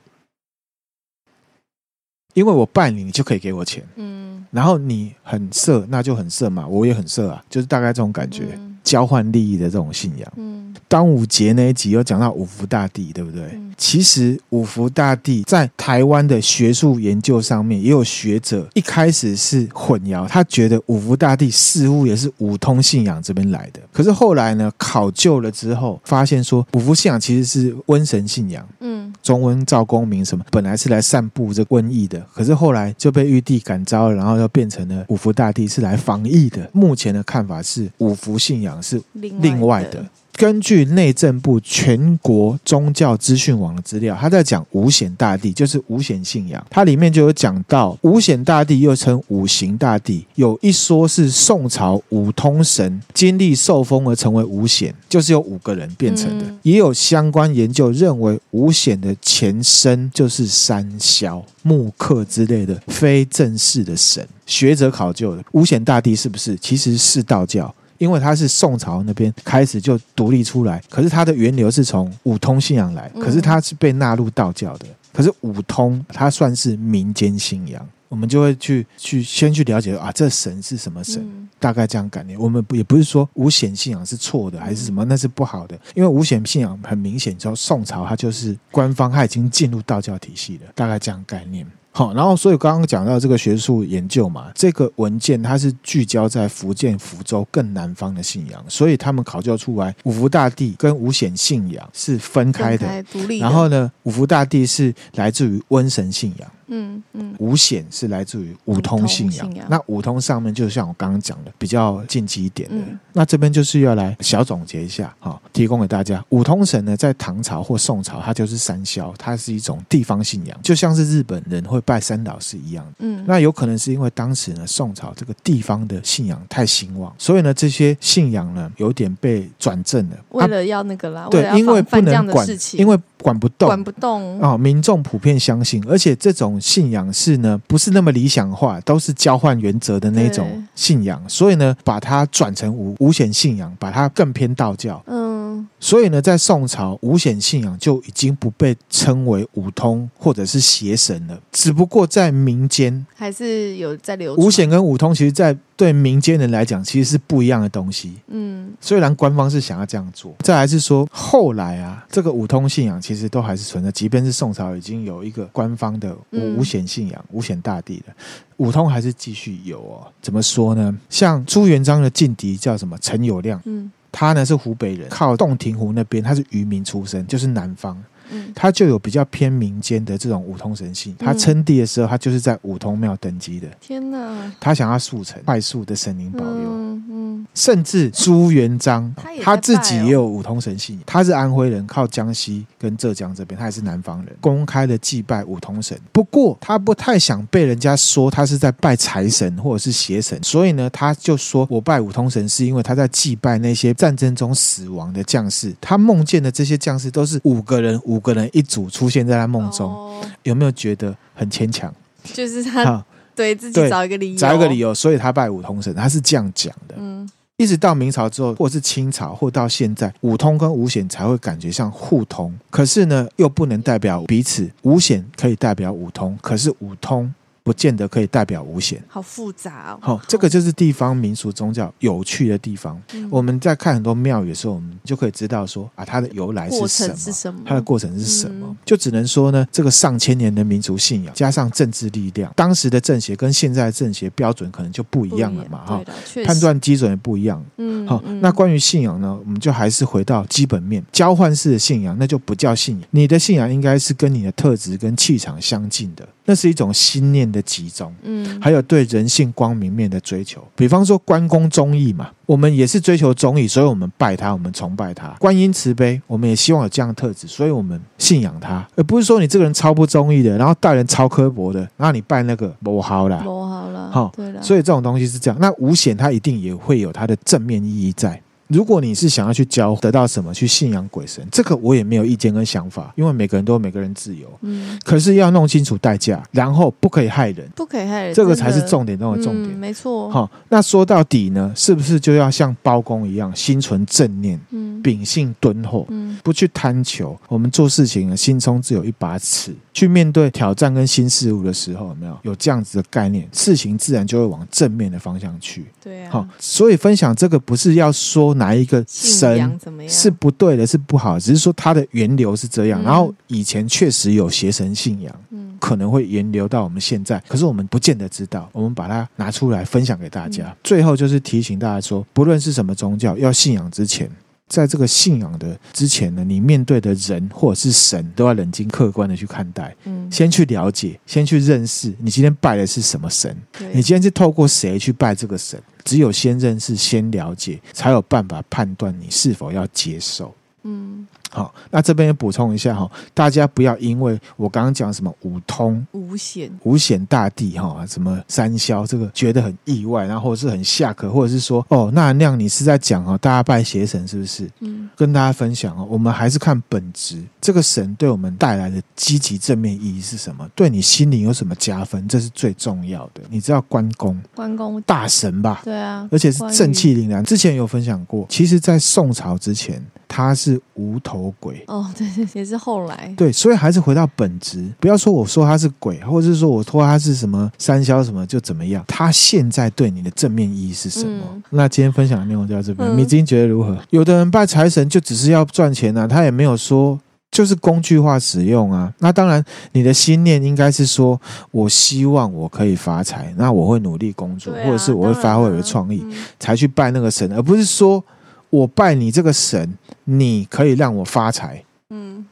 A: 因为我拜你，你就可以给我钱。
B: 嗯，
A: 然后你很色，那就很色嘛，我也很色啊，就是大概这种感觉，
B: 嗯
A: 交换利益的这种信仰。
B: 嗯，
A: 端午节那一集有讲到五福大帝，对不对？
B: 嗯
A: 其实五福大帝在台湾的学术研究上面，也有学者一开始是混淆，他觉得五福大帝似乎也是五通信仰这边来的。可是后来呢，考究了之后，发现说五福信仰其实是瘟神信仰。
B: 嗯，
A: 中温赵公明什么，本来是来散布这瘟疫的，可是后来就被玉帝感召了，然后又变成了五福大帝是来防疫的。目前的看法是，五福信仰是
B: 另
A: 另外的。根据内政部全国宗教资讯网的资料，他在讲五显大帝，就是五显信仰，它里面就有讲到五显大帝又称五行大帝，有一说是宋朝五通神经历受封而成为五显，就是有五个人变成的。
B: 嗯
A: 也有相关研究认为，五显的前身就是三霄、木刻之类的非正式的神。学者考究的五显大帝是不是其实是道教？因为它是宋朝那边开始就独立出来，可是它的源流是从五通信仰来，可是它是被纳入道教的。可是五通它算是民间信仰，我们就会去去先去了解啊，这神是什么神，
B: 嗯
A: 大概这样概念。我们不也不是说五显信仰是错的还是什么，那是不好的，因为五显信仰很明显，从宋朝它就是官方，它已经进入道教体系了，大概这样概念。好，然后所以刚刚讲到这个学术研究嘛，这个文件它是聚焦在福建福州更南方的信仰，所以他们考究出来五福大帝跟五显信仰是分开的。
B: 分独立的，
A: 然后呢，五福大帝是来自于瘟神信仰，
B: 嗯嗯
A: 五显是来自于五通信仰。
B: 五通信仰
A: 那五通上面就像我刚刚讲的，比较禁忌一点的。
B: 嗯
A: 那这边就是要来小总结一下，哈、提供给大家。五通神呢，在唐朝或宋朝，它就是三霄，它是一种地方信仰，就像是日本人会拜三老师一样。
B: 嗯，
A: 那有可能是因为当时呢，宋朝这个地方的信仰太兴旺，所以呢，这些信仰呢有点被转正了。
B: 为
A: 啊、
B: 了要那个啦，
A: 对
B: 了，要
A: 因为
B: 防
A: 不
B: 范这样
A: 能
B: 的
A: 管
B: 事，情，
A: 因为管不动，
B: 管不动，
A: 哦，民众普遍相信，而且这种信仰是呢，不是那么理想化，都是交换原则的那
B: 对
A: 种信仰，所以呢，把它转成无无显信仰，把它更偏道教。
B: 嗯
A: 所以呢，在宋朝，无显信仰就已经不被称为五通或者是邪神了，只不过在民间，
B: 还是有在流传
A: 五显跟五通其实在对民间人来讲，其实是不一样的东西。
B: 嗯
A: 虽然官方是想要这样做，再来是说后来啊，这个五通信仰其实都还是存在，即便是宋朝已经有一个官方的
B: 嗯
A: 五五显信仰、五显大帝了，五通还是继续有哦。怎么说呢？像朱元璋的劲敌叫什么？陈友谅，
B: 嗯
A: 他呢是湖北人，靠洞庭湖那边，他是渔民出身，就是南方。
B: 嗯
A: 他就有比较偏民间的这种五通神性。他称帝的时候，他就是在五通庙登基的，
B: 天哪，
A: 他想要速成快速的神灵保佑。
B: 嗯嗯，
A: 甚至朱元璋
B: 他也在
A: 他自己
B: 拜哦
A: 也有五通神信仰，他是安徽人，靠江西跟浙江这边，他也是南方人，公开的祭拜五通神。不过他不太想被人家说他是在拜财神或者是邪神，所以呢，他就说我拜五通神是因为他在祭拜那些战争中死亡的将士，他梦见的这些将士都是五个人，五个人一组出现在他梦中，
B: 哦
A: 有没有觉得很牵强？
B: 就是他
A: 哈，
B: 对自
A: 对
B: 己找一个理由，
A: 找一个理
B: 由，
A: 由，所以他拜五通神，他是这样讲的。
B: 嗯，
A: 一直到明朝之后，或是清朝，或到现在，五通跟五显才会感觉像互通。可是呢，又不能代表彼此。五显可以代表五通，可是五通不见得可以代表五显。
B: 好复杂哦，
A: 好、这个就是地方民俗宗教有趣的地方。
B: 嗯
A: 我们在看很多庙宇的时候，我们就可以知道说啊，它的由来是
B: 过
A: 什么
B: 程。是什么？
A: 它的过程是什么？
B: 嗯
A: 就只能说呢，这个上千年的民族信仰加上政治力量，当时的政协跟现在的政协标准可能就不一样了嘛，哈、
B: 对的，确实
A: 判，断基准也不一样。
B: 嗯，
A: 好、
B: 嗯
A: 那关于信仰呢，我们就还是回到基本面，交换式的信仰那就不叫信仰，你的信仰应该是跟你的特质跟气场相近的，那是一种心念的集中。
B: 嗯，
A: 还有啊对人性光明面的追求，比方说关公忠义嘛，我们也是追求忠义，所以我们拜他，我们崇拜他；观音慈悲，我们也希望有这样的特质，所以我们信仰他，而不是说你这个人超不忠义的，然后待人超刻薄的，然后你拜那个不好啦。
B: 磨好了，
A: 好
B: 对了，
A: 所以这种东西是这样。那五险它一定也会有它的正面意义在。如果你是想要去教得到什么，去信仰鬼神，这个我也没有意见跟想法，因为每个人都有每个人自由。
B: 嗯，
A: 可是要弄清楚代价，然后不可以害人，
B: 不可以害人，
A: 这个才是
B: 真的
A: 重点中的重
B: 嗯
A: 点。
B: 没错，
A: 好、那说到底呢，是不是就要像包公一样，心存正念，
B: 嗯，
A: 秉性敦厚？
B: 嗯
A: 不去贪求，我们做事情呢，心中只有一把尺。去面对挑战跟新事物的时候，有没有有这样子的概念，事情自然就会往正面的方向去。
B: 对啊，
A: 好、所以分享这个不是要说哪一个
B: 信
A: 神
B: 仰怎么样？
A: 是不对的，是不好的，只是说它的源流是这样。
B: 嗯
A: 然后以前确实有邪神信仰，
B: 嗯
A: 可能会沿流到我们现在，可是我们不见得知道。我们把它拿出来分享给大家。
B: 嗯
A: 最后就是提醒大家说，不论是什么宗教，要信仰之前。在这个信仰的之前呢，你面对的人或者是神，都要冷静客观的去看待，
B: 嗯，
A: 先去了解，先去认识你今天拜的是什么神，
B: 对
A: 你今天是透过谁去拜这个神？只有先认识、先了解，才有办法判断你是否要接受。
B: 嗯
A: 好，那这边也补充一下哈，大家不要因为我刚刚讲什么五通。
B: 无险，
A: 五险大帝哈，什么三霄这个觉得很意外，然后或者是很下课，或者是说哦，那那样你是在讲哦，大家拜邪神是不是？
B: 嗯
A: 跟大家分享哦，我们还是看本质，这个神对我们带来的积极正面意义是什么？对你心灵有什么加分？这是最重要的。你知道关公
B: 关公，
A: 大神吧？
B: 对啊，
A: 而且是
B: 关
A: 正
B: 羽
A: 气凛然。之前有分享过，其实，在宋朝之前，他是无头鬼。
B: 哦，对对，也是后来，
A: 对，所以还是回到本质，不要说我说他是鬼，或者是说我说他是什么三霄什么就怎么样。他现在对你的正面意义是什么？
B: 嗯
A: 那今天分享的内容就到这边，
B: 嗯
A: 米津觉得如何？有的人拜财神就只是要赚钱啊，他也没有说。就是工具化使用啊，那当然，你的心念应该是说，我希望我可以发财，那我会努力工作，
B: 对啊嗯
A: 或者是我会发挥我的创意，，才去拜那个神，而不是说我拜你这个神，你可以让我发财
B: 嗯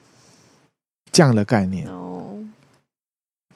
A: 这样的概念啊
B: 嗯，。哦，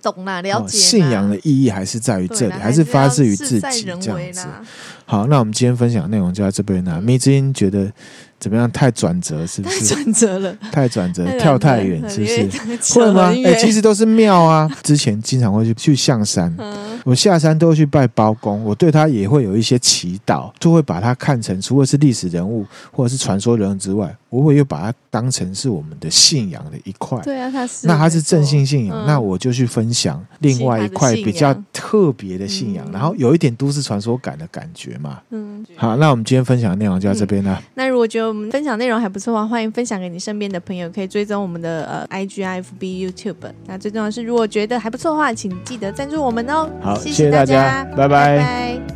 B: 懂啦，了
A: 哦
B: 解啦，
A: 信仰的意义还是在于
B: 对
A: 这里，
B: 啦
A: 还是发
B: 要
A: 自于
B: 事
A: 自
B: 在
A: 己
B: 人
A: 这样
B: 为
A: 子。
B: 啦
A: 好，那我们今天分享的内容就到这边啦。迷之音觉得怎么样？太转折是不
B: 太
A: 是？
B: 转折了，
A: 太转折
B: 太，转
A: 跳太
B: 折
A: 远
B: 了
A: 是不
B: 有点
A: 是？
B: 扯
A: 会吗
B: 很？
A: 哎，
B: 远
A: 其实都是庙啊。之前经常会去去象 山，
B: 嗯
A: 我下山都会去拜包公，我对他也会有一些祈祷，就会把他看成除了是历史人物或者是传说人物之外，我会又把他当成是我们的信仰的一块。
B: 对啊，他是
A: 那他
B: 没
A: 是正
B: 错
A: 信信仰，
B: 嗯
A: 那我就去分享另外一块比较特别的信仰，
B: 嗯
A: 然后有一点都市传说感的感觉嘛。
B: 嗯，
A: 好，那我们今天分享的内容就到这边啦。
B: 那如果觉得我们分享内容还不错的话，欢迎分享给你身边的朋友，可以追踪我们的呃 IG、FB、YouTube。那最重要的是，如果觉得还不错的话，请记得赞助我们哦。
A: 好，谢
B: 谢
A: 大
B: 大家，
A: 拜
B: 拜
A: 拜
B: 拜